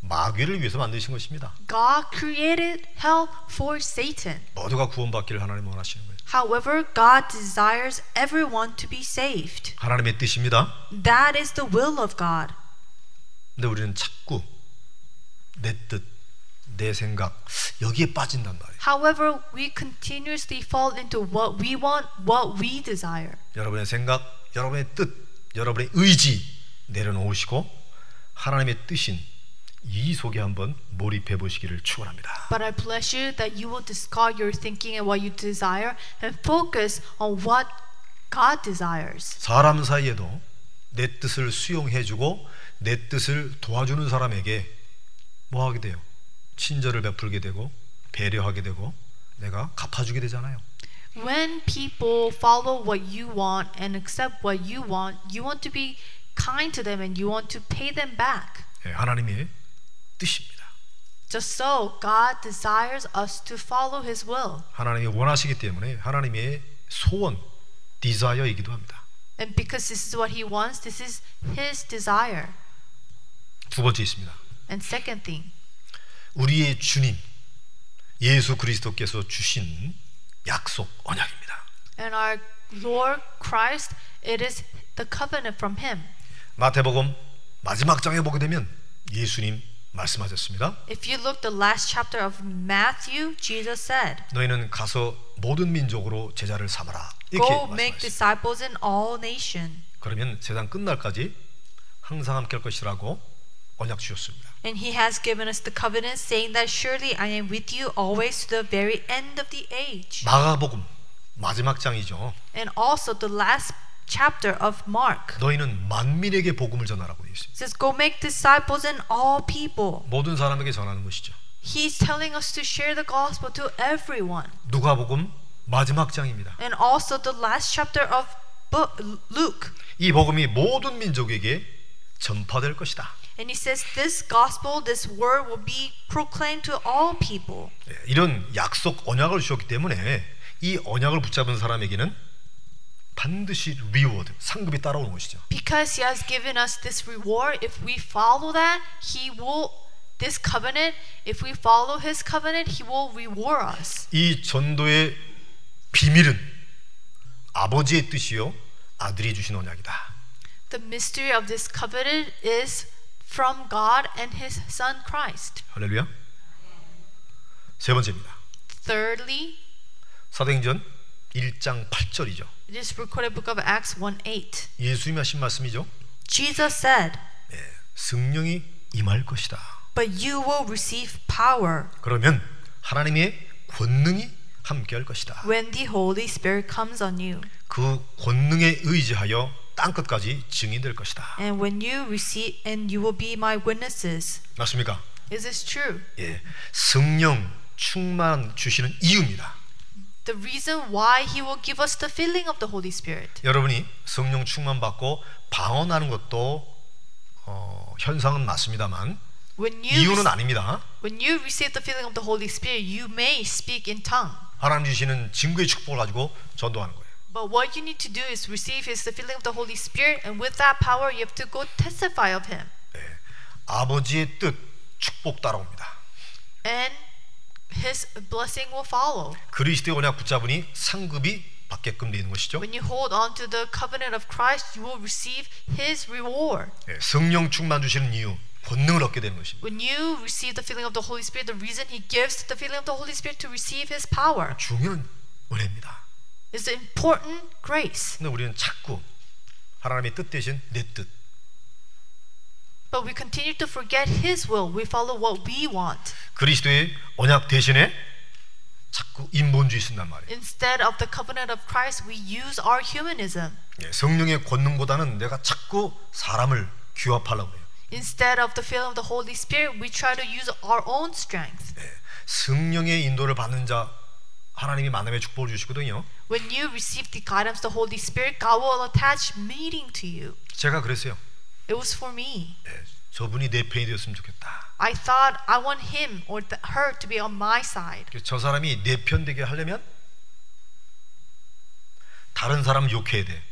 Speaker 1: 마귀를 위해서 만드신 것입니다.
Speaker 2: God created hell for Satan.
Speaker 1: 모두가 구원받기를 하나님 원하시는 거예요.
Speaker 2: However, God desires everyone to be saved.
Speaker 1: 하나님의 뜻입니다.
Speaker 2: That is the will of God.
Speaker 1: 근데 우리는 자꾸 내 뜻, 내 생각 여기에 빠진단 말이에요.
Speaker 2: However, we continuously fall into what we want, what we desire.
Speaker 1: 여러분의 생각, 여러분의 뜻, 여러분의 의지 내려놓으시고 하나님의 뜻인 이 속에 한번 몰입해 보시기를 축원합니다.
Speaker 2: But I bless you that you will discard your thinking and what you desire and focus on what God desires.
Speaker 1: 사람 사이에도 내 뜻을 수용해 주고 내 뜻을 도와주는 사람에게 뭐 하게 돼요? 친절을 베풀게 되고 배려하게 되고 내가 갚아주게 되잖아요.
Speaker 2: When people follow what you want and accept what you want, you want to be kind to them and you want to pay them back.
Speaker 1: 예, 하나님의 뜻입니다.
Speaker 2: Just so, God desires us to follow His will.
Speaker 1: 하나님이 원하시기 때문에 하나님의 소원, 디자이어이기도 합니다.
Speaker 2: And because this is what He wants, this is His desire.
Speaker 1: 두 번째 있습니다.
Speaker 2: And second thing,
Speaker 1: 우리의 주님 예수 그리스도께서 주신 약속 언약입니다.
Speaker 2: and our Lord Christ, it is the covenant from Him.
Speaker 1: 마태복음 마지막 장에 보게 되면 예수님 말씀하셨습니다.
Speaker 2: If you look the last chapter of Matthew, Jesus said,
Speaker 1: 너희는 가서 모든 민족으로 제자를 삼아라. 이렇게
Speaker 2: "Go
Speaker 1: 말씀하셨습니다.
Speaker 2: make disciples in all nation."
Speaker 1: 그러면 세상 끝날까지 항상 함께 할 것이라고 언약 주셨습니다.
Speaker 2: And He has given us the covenant, saying that surely I am with you always to the very end of the age.
Speaker 1: 마가복음 마지막 장이죠.
Speaker 2: And also the last chapter of Mark
Speaker 1: 너희는 만민에게 복음을 전하라고 되어 있습니다.
Speaker 2: says, "Go make disciples in all people."
Speaker 1: 모든 사람에게 전하는 것이죠.
Speaker 2: He's telling us to share the gospel to everyone.
Speaker 1: 누가복음 마지막 장입니다.
Speaker 2: And also the last chapter of book, Luke.
Speaker 1: 이 복음이 모든 민족에게 전파될 것이다.
Speaker 2: And he says, This gospel, this word will be proclaimed to all people.
Speaker 1: 예, 이런 약속 언약을 주셨기 때문에 이 언약을 붙잡은 사람에게는 반드시 리워드 상급이 따라오는 것이죠.
Speaker 2: Because he has given us this reward, if we follow that, he will, this covenant, if we follow his covenant, he will reward us.
Speaker 1: 이 전도의 비밀은 아버지의 뜻이요 아들이 주신 언약이다.
Speaker 2: The mystery of this covenant is from God and his son Christ.
Speaker 1: 할렐루야. 세 번째입니다.
Speaker 2: Thirdly,
Speaker 1: 사도행전 1장 8절이죠.
Speaker 2: it is recorded book of Acts 1 8.
Speaker 1: 예수님이 하신 말씀이죠.
Speaker 2: Jesus said,
Speaker 1: 예, 성령이 임할 것이다.
Speaker 2: But you will receive power
Speaker 1: 그러면 하나님의 권능이 함께할 것이다.
Speaker 2: when the Holy Spirit comes on you.
Speaker 1: 그 권능에 의지하여 땅 끝까지 증인 될 것이다.
Speaker 2: And when you receive, and you will be my witnesses.
Speaker 1: 맞습니까?
Speaker 2: Is this true?
Speaker 1: 예, 성령 충만 주시는 이유입니다.
Speaker 2: The reason why He will give us the filling of the Holy Spirit.
Speaker 1: 여러분이 성령 충만 받고 방언하는 것도 어, 현상은 맞습니다만
Speaker 2: When you
Speaker 1: 이유는
Speaker 2: rec-
Speaker 1: 아닙니다.
Speaker 2: when you receive the filling of the Holy Spirit, you may speak in tongue.
Speaker 1: 하나님 주시는 증거의 축복을 가지고 전도하는 거예요.
Speaker 2: But what you need to do is receive is the filling of the Holy Spirit, and with that power, you have to go testify of Him.
Speaker 1: 예, 아버지의 뜻 축복 따라옵니다.
Speaker 2: And His blessing will follow.
Speaker 1: 그리스도의 언약 붙잡으니 상급이 받게끔 되는 것이죠.
Speaker 2: When you hold on to the covenant of Christ, you will receive His reward.
Speaker 1: 예, 성령 충만 주시는 이유 권능을 얻게 되는 것입니다.
Speaker 2: When you receive the filling of the Holy Spirit, the reason He gives the filling of the Holy Spirit to receive His power
Speaker 1: 중요한 은혜입니다.
Speaker 2: is the important grace.
Speaker 1: 근데 우리는 자꾸 하나님의 뜻 대신 내 뜻,
Speaker 2: But we continue to forget His will. We follow what we want
Speaker 1: 그리스도의 언약 대신에 자꾸 인본주의 쓴단 말이에요.
Speaker 2: instead of the covenant of Christ. We use our humanism
Speaker 1: 예, 성령의 권능보다는 내가 자꾸 사람을 규합하려고 해요.
Speaker 2: instead of the filling of the Holy Spirit. We try to use our own strength.
Speaker 1: 예, 성령의 인도를 받는 자 하나님이 만남의 축복을 주시거든요.
Speaker 2: When you receive the guidance of the Holy Spirit, God will attach meaning to you.
Speaker 1: 제가 그랬어요.
Speaker 2: It was for me.
Speaker 1: 예, 저분이 내 편이 되었으면 좋겠다.
Speaker 2: I thought I want him or th- her to be on my side.
Speaker 1: 그래서 저 사람이 내 편 되게 하려면 다른 사람 욕해야 돼.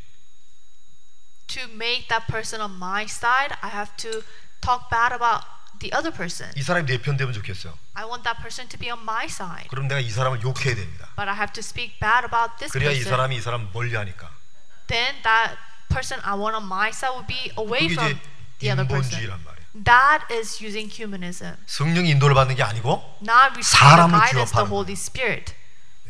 Speaker 2: to make that person on my side, I have to talk bad about the other person.
Speaker 1: 이 사람이 내 편 되면 좋겠어.
Speaker 2: I want that person to be on my side,
Speaker 1: 그럼 내가 이 사람을 욕해야 됩니다.
Speaker 2: but I have to speak bad about this
Speaker 1: 그래야 이
Speaker 2: person.
Speaker 1: 사람이 이 사람 멀리 하니까.
Speaker 2: Then that person I want on my side will be away
Speaker 1: 그게
Speaker 2: from
Speaker 1: 이제
Speaker 2: the other person.
Speaker 1: 인본주의란 말이에요.
Speaker 2: That is using humanism,
Speaker 1: 성령 인도를 받는 게 아니고
Speaker 2: not receiving the
Speaker 1: 사람을
Speaker 2: guidance of
Speaker 1: 규합하는
Speaker 2: the Holy Spirit.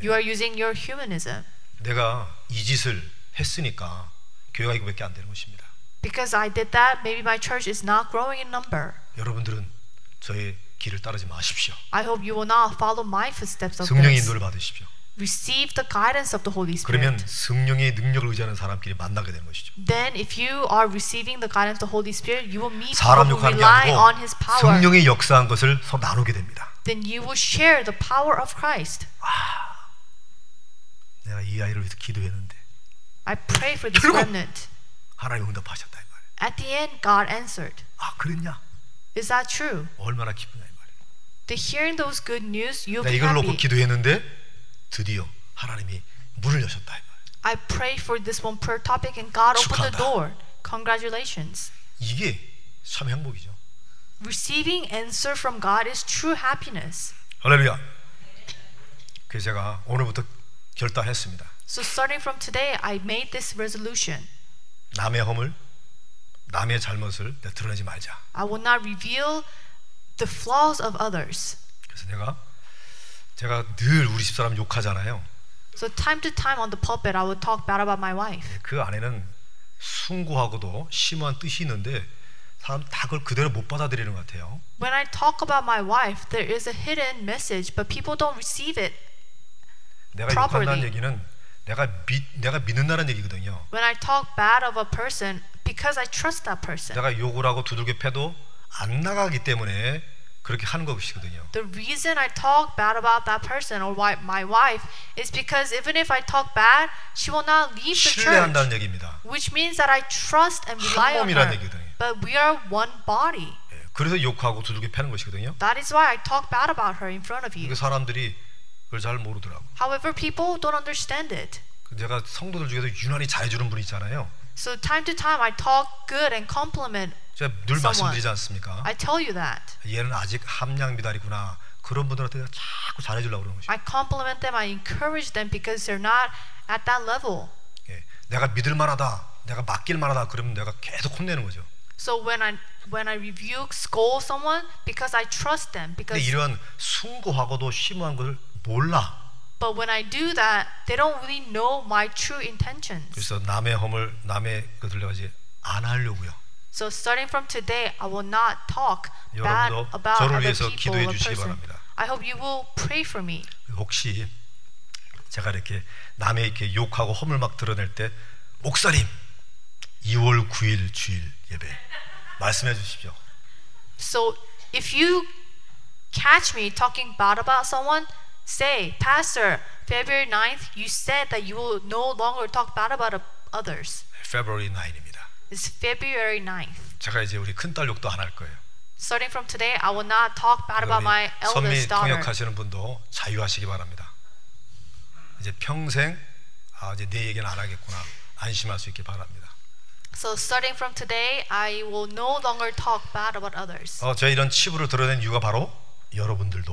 Speaker 2: You are using your humanism
Speaker 1: 내가 이 짓을 했으니까 교회가 이거밖에 안 되는 것입니다.
Speaker 2: because I did that. Maybe my church is not growing in number.
Speaker 1: 여러분들은 저의 길을 따르지 마십시오.
Speaker 2: I hope you will not follow my footsteps of
Speaker 1: 성령의
Speaker 2: this.
Speaker 1: 인도를 받으십시오.
Speaker 2: Receive the guidance of the Holy Spirit.
Speaker 1: 그러면 성령의 능력을 의지하는 사람끼리 만나게 되는 것이죠.
Speaker 2: Then, if you are receiving the guidance of the Holy Spirit, you will meet people
Speaker 1: 사람
Speaker 2: who
Speaker 1: 욕하는 게
Speaker 2: rely on His
Speaker 1: 아니고
Speaker 2: power.
Speaker 1: 성령의 역사한 것을 서로 나누게 됩니다.
Speaker 2: Then you will share the power of Christ.
Speaker 1: 내가 이 아이를 위해서 기도했는데
Speaker 2: I pray for this
Speaker 1: 결국-
Speaker 2: remnant.
Speaker 1: 하나님 응답하셨다 이 말이에요.
Speaker 2: At the end, God answered.
Speaker 1: 아 그랬냐?
Speaker 2: Is that true?
Speaker 1: 얼마나 기쁘냐 이 말이에요.
Speaker 2: That hearing those good news, you'll
Speaker 1: 내가
Speaker 2: be
Speaker 1: 이걸 놓고
Speaker 2: happy.
Speaker 1: 기도했는데 드디어 하나님이 문을 여셨다. 이 말이에요.
Speaker 2: I prayed for this one prayer topic and God opened
Speaker 1: 축하한다.
Speaker 2: the door. Congratulations.
Speaker 1: 이게 참 행복이죠.
Speaker 2: Receiving answer from God is true happiness.
Speaker 1: 할렐루야. 그래서 제가 오늘부터 결단했습니다.
Speaker 2: So starting from today, I made this resolution.
Speaker 1: 남의 허물, 남의 잘못을 내가 드러내지 말자.
Speaker 2: I will not reveal the flaws of others.
Speaker 1: 그래서 내가 제가 늘 우리 집사람 욕하잖아요.
Speaker 2: So time to time on the pulpit, I would talk bad about my wife.
Speaker 1: 그 안에는 숭고하고도 심한 뜻이 있는데 사람 다 그걸 그대로 못 받아들이는 것 같아요.
Speaker 2: When I talk about my wife, there is a hidden message, but people don't receive it.
Speaker 1: 내가
Speaker 2: Properly.
Speaker 1: 욕한다는 얘기는 내가 믿 내가 믿는다는 얘기거든요.
Speaker 2: When I talk bad of a person, because I trust that person.
Speaker 1: 내가 욕을 하고 두들겨 패도 안 나가기 때문에 그렇게 하는 것이거든요.
Speaker 2: The reason I talk bad about that person or why my wife is because even if I talk bad, she will not leave the
Speaker 1: 신뢰한다는
Speaker 2: church.
Speaker 1: 얘기입니다.
Speaker 2: Which means that I trust and rely
Speaker 1: 한
Speaker 2: on
Speaker 1: 몸이라는
Speaker 2: her.
Speaker 1: 얘기거든요.
Speaker 2: But we are one body.
Speaker 1: 예, 그래서 욕하고 두들겨 패는 것이거든요.
Speaker 2: That is why I talk bad about her in front of
Speaker 1: 이게
Speaker 2: you.
Speaker 1: 사람들이 그걸 잘 모르더라고. 그
Speaker 2: However, people don't understand it.
Speaker 1: 제가 성도들 중에서 유난히 잘해주는 분이 있잖아요.
Speaker 2: So time to time I talk good and compliment.
Speaker 1: 제가 늘
Speaker 2: Someone.
Speaker 1: 말씀드리지 않습니까?
Speaker 2: I tell you that.
Speaker 1: 얘는 아직 함량 미달이구나. 그런 분들한테 내가 자꾸 잘해주려고 그러는 것이죠.
Speaker 2: I compliment them, I encourage them because they're not at that level.
Speaker 1: 예, 내가 믿을 만하다. 내가 맡길 만하다. 그러면 내가 계속 혼내는 거죠.
Speaker 2: So when I when I rebuke, scold someone because I trust them
Speaker 1: 근데
Speaker 2: because
Speaker 1: 이러한 숭고하고도 심오한 것을 몰라.
Speaker 2: But when I do that, they don't really know my true intentions.
Speaker 1: 그래서 남의 허물, 남의 것을 내가 이제 안 하려고요.
Speaker 2: So starting from today, I will not talk bad
Speaker 1: 여러분도
Speaker 2: about
Speaker 1: 저를
Speaker 2: other
Speaker 1: 위해서
Speaker 2: people
Speaker 1: 기도해
Speaker 2: or
Speaker 1: 주시기
Speaker 2: person.
Speaker 1: 바랍니다.
Speaker 2: I hope you will pray for me.
Speaker 1: 혹시 제가 이렇게 남의 이렇게 욕하고 허물 막 드러낼 때 목사님 2월 9일 주일 예배 말씀해 주십시오.
Speaker 2: So if you catch me talking bad about someone, say, Pastor, February 9th, you said that you will no longer talk bad about o- others.
Speaker 1: February 9입니다.
Speaker 2: It's February 9th.
Speaker 1: 제가 이제 우리 큰딸 욕도 안 할 거예요.
Speaker 2: Starting from today, I will not talk bad about my
Speaker 1: 우리 선미
Speaker 2: eldest daughter.
Speaker 1: 통역하시는 분도 자유하시기 바랍니다. 이제 평생 아 이제 내 얘기는 안 하겠구나 안심할 수 있기 바랍니다.
Speaker 2: So starting from today, I will no longer talk bad about others.
Speaker 1: 어, 제가 이런 치부를 드러낸 이유가 바로 여러분들도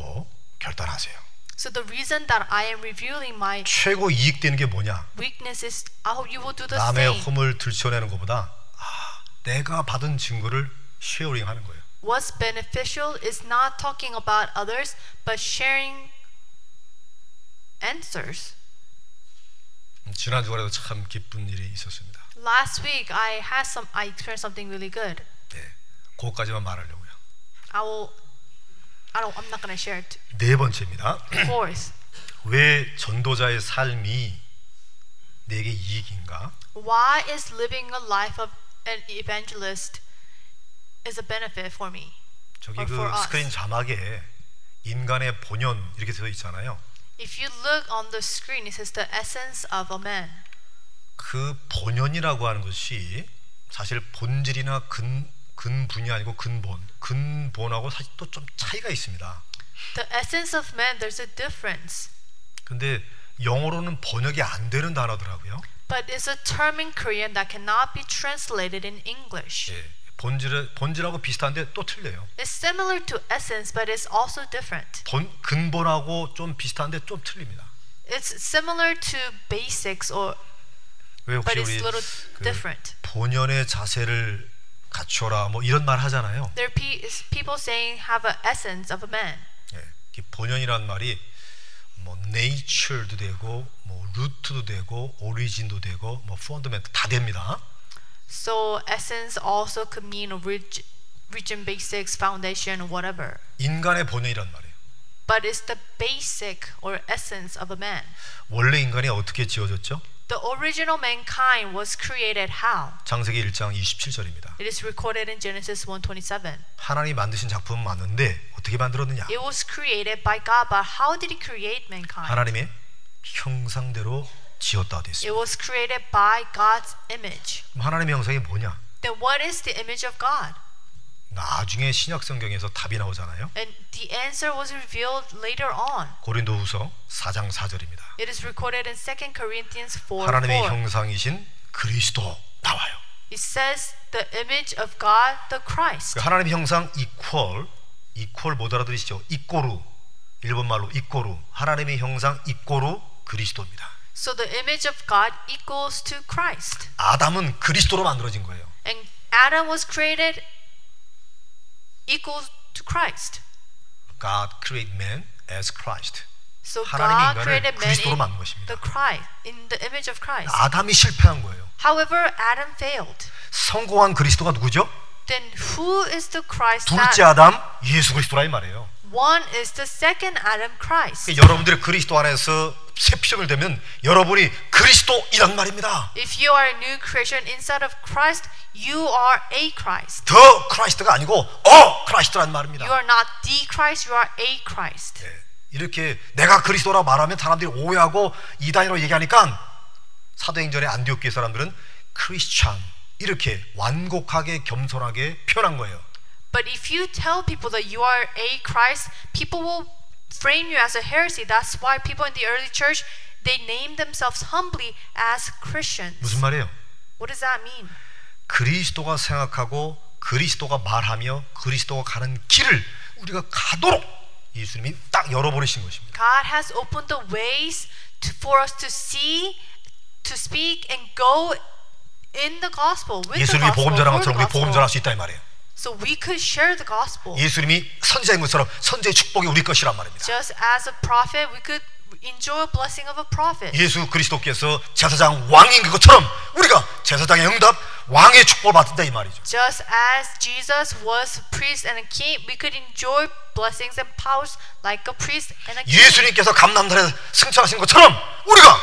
Speaker 1: 결단하세요.
Speaker 2: So the reason that I am revealing my
Speaker 1: 최고 이익되는 게 뭐냐?
Speaker 2: weakness is I hope you will do the
Speaker 1: 남의
Speaker 2: same.
Speaker 1: 허물 들춰내는 것보다 아, 내가 받은 증거를 쉐어링하는 거예요.
Speaker 2: What's beneficial is not talking about others, but sharing answers.
Speaker 1: 음, 지난 주간에도 참 기쁜 일이 있었습니다.
Speaker 2: Last week, I had some. I experienced something really good.
Speaker 1: 네, 그것까지만 말하려고요.
Speaker 2: I will. I don't. I'm not gonna share it.
Speaker 1: 네 번째입니다.
Speaker 2: Fourth,
Speaker 1: 왜 전도자의 삶이 내게 이익인가?
Speaker 2: why is living a life of an evangelist is a benefit for me?
Speaker 1: 저기
Speaker 2: Or
Speaker 1: 그
Speaker 2: for us.
Speaker 1: 스크린 자막에 인간의 본연 이렇게 되어 있잖아요.
Speaker 2: If you look on the screen, it says the essence of a man.
Speaker 1: 그 본연이라고 하는 것이 사실 본질이나 근 근분이 아니고 근본 근본하고 사실 또 좀 차이가 있습니다.
Speaker 2: The essence of man, there's a difference,
Speaker 1: 근데 영어로는 번역이 안 되는 단어더라고요.
Speaker 2: but it's a term in Korean that cannot be translated in English.
Speaker 1: 예, 본질 본질하고 비슷한데 또 틀려요.
Speaker 2: It's similar to essence, but it's also different.
Speaker 1: 본 근본하고 좀 비슷한데 좀 틀립니다.
Speaker 2: It's similar to basics, or
Speaker 1: 왜
Speaker 2: but
Speaker 1: 혹시 우리
Speaker 2: it's a little
Speaker 1: 그
Speaker 2: different.
Speaker 1: 본연의 자세를 갖춰라 뭐 이런 말 하잖아요.
Speaker 2: There are pe- is people saying have an essence of a man.
Speaker 1: 예, 이 본연이란 말이 뭐 nature도 되고 뭐 root도 되고 origin도 되고 뭐 fundament 다 됩니다.
Speaker 2: So essence also could mean origin, origin, basics, foundation, whatever.
Speaker 1: 인간의 본연이란 말이에요.
Speaker 2: But it's the basic or essence of a man.
Speaker 1: 원래 인간이 어떻게 지어졌죠?
Speaker 2: The original mankind was created how?
Speaker 1: 창세기 1장 27절입니다.
Speaker 2: It is recorded in Genesis 1:27.
Speaker 1: 하나님이 만드신 작품은 맞는데 어떻게 만들었느냐?
Speaker 2: It was created by God, but how did he create mankind?
Speaker 1: 하나님의 형상대로 지었다 되어
Speaker 2: It
Speaker 1: 있습니다.
Speaker 2: was created by God's image.
Speaker 1: 그럼 하나님의 형상이 뭐냐?
Speaker 2: Then what is the image of God?
Speaker 1: 나중에 신약 성경에서 답이 나오잖아요.
Speaker 2: And the answer was revealed later on.
Speaker 1: 고린도후서 4장 4절입니다.
Speaker 2: It is recorded in 2 Corinthians 4
Speaker 1: 하나님의
Speaker 2: 4.
Speaker 1: 형상이신 그리스도 나와요.
Speaker 2: It says the image of God, the Christ.
Speaker 1: 그 하나님의 형상 이퀄 이퀄 못 알아들으시죠? 이꼬루 일본 말로 이꼬루 하나님의 형상 이꼬루 그리스도입니다.
Speaker 2: So the image of God equals to Christ.
Speaker 1: 아담은 그리스도로 만들어진 거예요.
Speaker 2: And Adam was created equals to Christ.
Speaker 1: God create man as Christ.
Speaker 2: So
Speaker 1: 하나님이
Speaker 2: God
Speaker 1: 인간을
Speaker 2: created man
Speaker 1: 그리스도로
Speaker 2: in
Speaker 1: 만든 것입니다.
Speaker 2: the Christ, in the image of Christ.
Speaker 1: 아담이 실패한 거예요.
Speaker 2: However, Adam failed.
Speaker 1: 성공한 그리스도가 누구죠?
Speaker 2: Then who is the Christ
Speaker 1: 둘째
Speaker 2: that
Speaker 1: 아담 예수 그리스도라 이 말이에요.
Speaker 2: one is the second Adam Christ?
Speaker 1: 그러니까 여러분들이 그리스도 안에서 새 피조물 되면 여러분이 그리스도이란 말입니다.
Speaker 2: If you are a new creation inside of Christ, you are a Christ.
Speaker 1: 더 크라이스트가 아니고 어 크라이스트란 말입니다.
Speaker 2: You are not the Christ, you are a Christ.
Speaker 1: 예, 이렇게 내가 그리스도라 말하면 사람들이 오해하고 이단으로 얘기하니까 사도행전의 안디옥계 사람들은 크리스찬 이렇게 완곡하게 겸손하게 표현한 거예요.
Speaker 2: But if you tell people that you are a Christ, people will frame you as a heresy. That's why people in the early church they named themselves humbly as
Speaker 1: 무슨
Speaker 2: Christians.
Speaker 1: 말이에요?
Speaker 2: What does that mean?
Speaker 1: 그리스도가 생각하고 그리스도가 말하며 그리스도가 가는 길을 우리가 가도록 예수님이 딱 열어버리신 것입니다.
Speaker 2: God has opened the ways to, for us to see, to speak, and go in the gospel with the
Speaker 1: 예수님이
Speaker 2: gospel.
Speaker 1: 복음 전한
Speaker 2: for the
Speaker 1: 것처럼 우리 복음 전할
Speaker 2: gospel.
Speaker 1: 수 있다 이 말이에요.
Speaker 2: So we could share the gospel.
Speaker 1: 예수님이 선지자인 것처럼 선지의 축복이 우리 것이란 말입니다.
Speaker 2: Just as a prophet, we could enjoy a blessing of a prophet.
Speaker 1: 예수 그리스도께서 제사장 왕인 그것처럼 우리가 제사장의 응답 왕의 축복을 받는다 이 말이죠.
Speaker 2: Just as Jesus was a priest and a king, we could enjoy blessings and powers like a priest and a king.
Speaker 1: 예수님께서 감남산에 승천하신 것처럼 우리가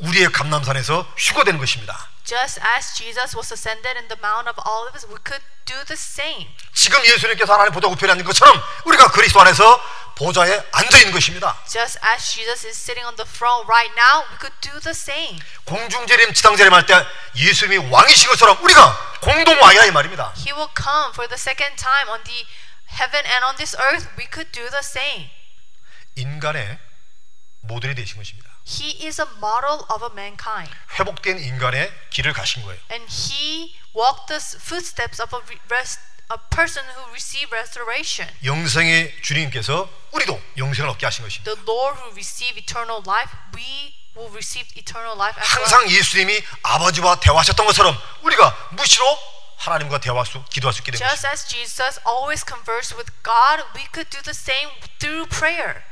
Speaker 1: 우리의 감남산에서 휴거되는 것입니다.
Speaker 2: Just as Jesus was ascended in the Mount of Olives, we could do the same.
Speaker 1: 지금 예수님께서 하나님 보좌 우편에 앉는 것처럼 우리가 그리스도 안에서 보좌에 앉아 있는 것입니다.
Speaker 2: Just as Jesus is sitting on the throne right now, we could do the same.
Speaker 1: 공중재림 지상재림 할 때 예수님이 왕이신 것처럼 우리가 공동 왕이라 이 말입니다.
Speaker 2: He will come for the second time on the heaven and on this earth. We could do the same.
Speaker 1: 인간의 모델이 되신 것입니다.
Speaker 2: He is a model of a mankind,
Speaker 1: 회복된 인간의 길을 가신 거예요.
Speaker 2: and he walked the s- footsteps of a re- rest, a person who received restoration.
Speaker 1: 영생의 주님께서 우리도 영생을 얻게 하신 것입니다.
Speaker 2: The Lord who received eternal life, we will receive eternal life as well.
Speaker 1: 항상 예수님이 아버지와 대화하셨던 것처럼 우리가 무시로 하나님과 대화할 수 기도할 수 있게 된
Speaker 2: Just
Speaker 1: 것입니다.
Speaker 2: as Jesus always conversed with God, we could do the same through prayer.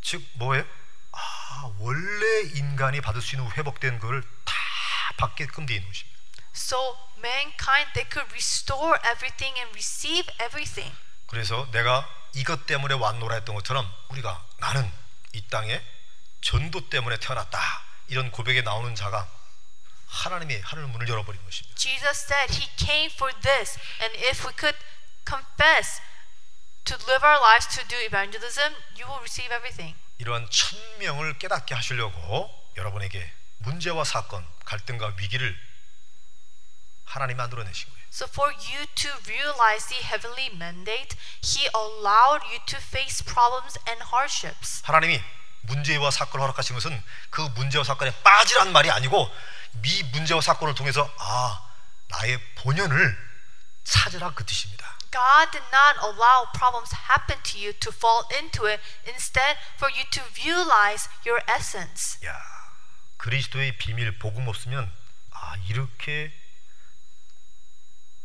Speaker 1: 즉 뭐예요? 아 원래 인간이 받을 수 있는 회복된 그걸 다 받게끔 되어 있는 것입니다.
Speaker 2: So mankind they could restore everything and receive everything.
Speaker 1: 그래서 내가 이것 때문에 왔노라 했던 것처럼 우리가 나는 이 땅에 전도 때문에 태어났다 이런 고백에 나오는 자가 하나님의 하늘 문을 열어버린 것입니다.
Speaker 2: Jesus said he came for this, and if we could confess to live our lives to do evangelism, you will receive everything.
Speaker 1: 이러한 천명을 깨닫게 하시려고 여러분에게 문제와 사건, 갈등과 위기를 하나님 만들어내신 거예요.
Speaker 2: So for you to realize the heavenly mandate, he allowed you to face problems and hardships.
Speaker 1: 하나님이 문제와 사건을 허락하신 것은 그 문제와 사건에 빠지란 말이 아니고 이 문제와 사건을 통해서 아 나의 본연을 찾으라 그 뜻입니다.
Speaker 2: God did not allow problems happen to you to fall into it, instead for you to realize your essence.
Speaker 1: 야 그리스도의 비밀 복음 없으면 아 이렇게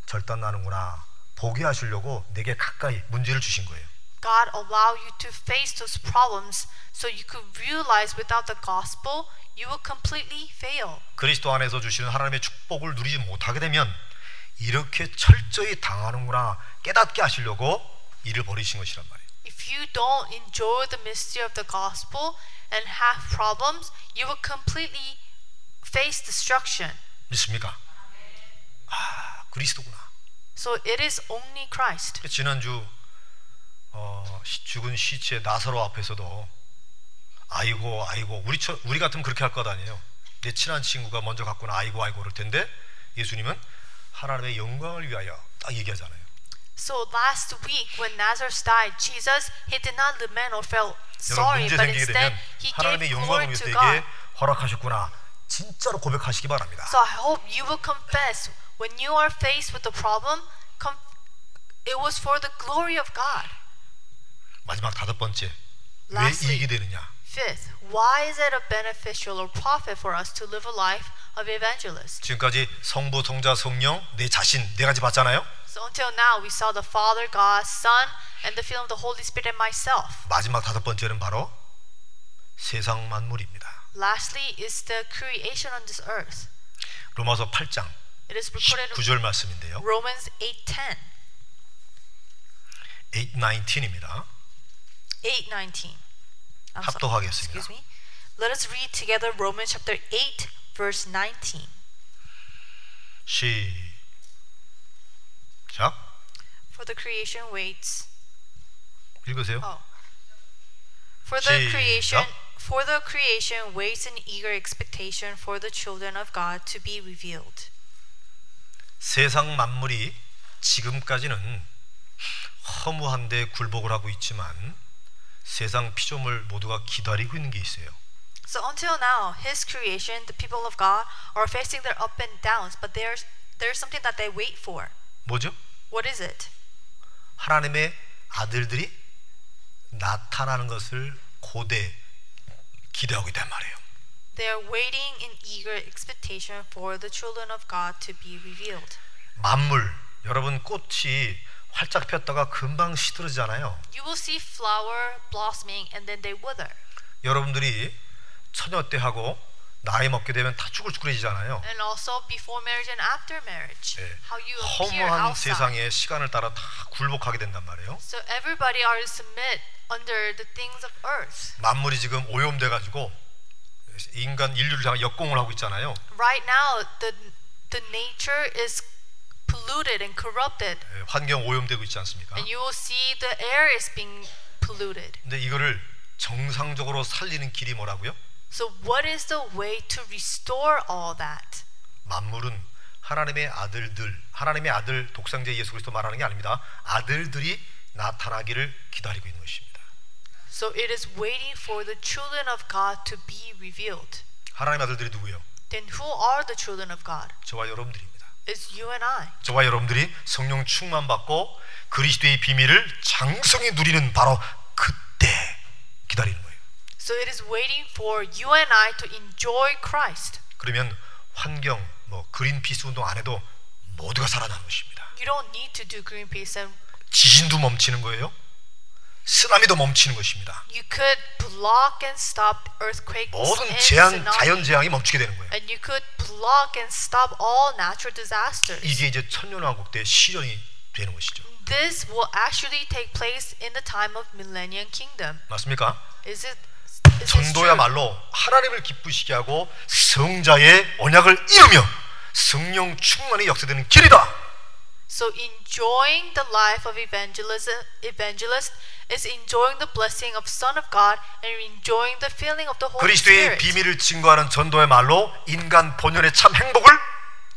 Speaker 1: 절단 나는구나 보게 하시려고 내게 가까이 문제를 주신 거예요.
Speaker 2: God allow you to face those problems so you could realize without the gospel, you will completely fail.
Speaker 1: 그리스도 안에서 주시는 하나님의 축복을 누리지 못하게 되면 이렇게 철저히 당하는구나 깨닫게 하시려고 일을 벌이신 것이란 말이에요.
Speaker 2: If you don't enjoy the mystery of the gospel and have problems, you will completely face destruction.
Speaker 1: 믿습니까? 아 그리스도구나.
Speaker 2: So it is only Christ.
Speaker 1: 그래서 지난주 어, 시- 죽은 시체 나사로 앞에서도 아이고 아이고 우리 처, 우리 같으면 그렇게 할 것 아니에요. 내 친한 친구가 먼저 갖고는 아이고 아이고 그럴 텐데 예수님은 하나님의 영광을 위하여 딱 얘기하잖아요.
Speaker 2: So last week when Nazareth died, Jesus he did not lament or felt
Speaker 1: 여러분
Speaker 2: sorry,
Speaker 1: 문제
Speaker 2: but
Speaker 1: 생기게
Speaker 2: instead
Speaker 1: 되면
Speaker 2: he
Speaker 1: 하나님의
Speaker 2: gave glory
Speaker 1: 영광을 위해서
Speaker 2: to
Speaker 1: 내게
Speaker 2: God.
Speaker 1: 허락하셨구나. 진짜로 고백하시기 바랍니다.
Speaker 2: So I hope you will confess when you are faced with a problem, com- it was for the glory of God.
Speaker 1: 마지막 다섯 번째. 왜
Speaker 2: Lastly.
Speaker 1: 이익이 되느냐?
Speaker 2: Fifth, why is it a beneficial or profit for us to live a life of evangelist?
Speaker 1: 지금까지 성부, 성자, 성령, 내 자신 네 가지 봤잖아요.
Speaker 2: So until now we saw the Father, God, Son, and the filling of the Holy Spirit and myself.
Speaker 1: 마지막 다섯 번째는 바로 세상 만물입니다.
Speaker 2: Lastly is the creation on this earth.
Speaker 1: 로마서 8장
Speaker 2: It is recorded in
Speaker 1: 19절 말씀인데요.
Speaker 2: Romans 8:10,
Speaker 1: 819입니다.
Speaker 2: 8:19. I'm sorry,
Speaker 1: 합독하겠습니다.
Speaker 2: Excuse me. Let us read together Romans chapter 8 verse 19.
Speaker 1: 시작.
Speaker 2: For the creation waits.
Speaker 1: 읽으세요.
Speaker 2: Oh. For the
Speaker 1: 시작.
Speaker 2: creation for the creation waits in eager expectation for the children of God to be revealed.
Speaker 1: 세상 만물이 지금까지는 허무한데 굴복을 하고 있지만 세상 피조물 모두가 기다리고 있는 게 있어요.
Speaker 2: So until now, his creation, the people of God, are facing their up and downs, but there's there's something that they wait for.
Speaker 1: 뭐죠?
Speaker 2: What is it?
Speaker 1: 하나님의 아들들이 나타나는 것을 고대 기대하고 있단 말이에요.
Speaker 2: They're waiting in eager expectation for the children of God to be revealed.
Speaker 1: 만물, 여러분 꽃이 활짝 폈다가 금방 시들어지잖아요.
Speaker 2: You will see flower blossoming and then they wither.
Speaker 1: 여러분들이 처녀 때하고 나이 먹게 되면 다 쭈글쭈글해지잖아요.
Speaker 2: And also before marriage and after marriage,
Speaker 1: 예,
Speaker 2: how you appear
Speaker 1: 허무한
Speaker 2: outside.
Speaker 1: 세상의 시간을 따라 다 굴복하게 된단 말이에요.
Speaker 2: So everybody are to submit under the things of earth.
Speaker 1: 만물이 지금 오염돼 가지고 인간 인류를 향한 역공을 하고 있잖아요.
Speaker 2: Right now, the the nature is polluted and corrupted,
Speaker 1: 예, 환경 오염되고 있지 않습니까?
Speaker 2: and you will see the air is being polluted.
Speaker 1: 근데 이거를 정상적으로 살리는 길이 뭐라고요?
Speaker 2: So what is the way to restore all that?
Speaker 1: 만물은 하나님의 아들들, 하나님의 아들 독상자 예수 그리스도 말하는 게 아닙니다. 아들들이 나타나기를 기다리고 있는 것입니다.
Speaker 2: So it is waiting for the children of God to be revealed.
Speaker 1: 하나님의 아들들이 누구예요?
Speaker 2: Then who are the children of God?
Speaker 1: 저와 여러분들입니다.
Speaker 2: It's you and I.
Speaker 1: 저와 여러분들이 성령 충만 받고 그리스도의 비밀을 장성히 누리는 바로 그때 기다리는 거예요.
Speaker 2: So it is waiting for you and I to enjoy Christ.
Speaker 1: 그러면 환경 뭐 그린피스 운동 안 해도 모두가 살아나는 것입니다.
Speaker 2: You don't need to do Greenpeace, and
Speaker 1: 지진도 멈추는 거예요. 쓰나미도 멈추는 것입니다.
Speaker 2: you could block and stop earthquakes
Speaker 1: 모든
Speaker 2: and
Speaker 1: 재앙,
Speaker 2: tsunami,
Speaker 1: 자연 재앙이 멈추게 되는 거예요.
Speaker 2: and you could block and stop all natural disasters.
Speaker 1: 이게 이제 천년왕국 때 실현이 되는 것이죠.
Speaker 2: This will actually take place in the time of Millennium Kingdom.
Speaker 1: 맞습니까?
Speaker 2: Is it? Is this true?
Speaker 1: 전도야말로 하나님을 기쁘시게 하고 성자의 언약을 이루며 성령 충만이 역사되는 길이다.
Speaker 2: So enjoying the life of evangelism, evangelist is enjoying the blessing of Son of God and enjoying the feeling of the Holy
Speaker 1: 그리스도의
Speaker 2: Spirit.
Speaker 1: 비밀을 증거하는 전도야말로 인간 본연의 참 행복을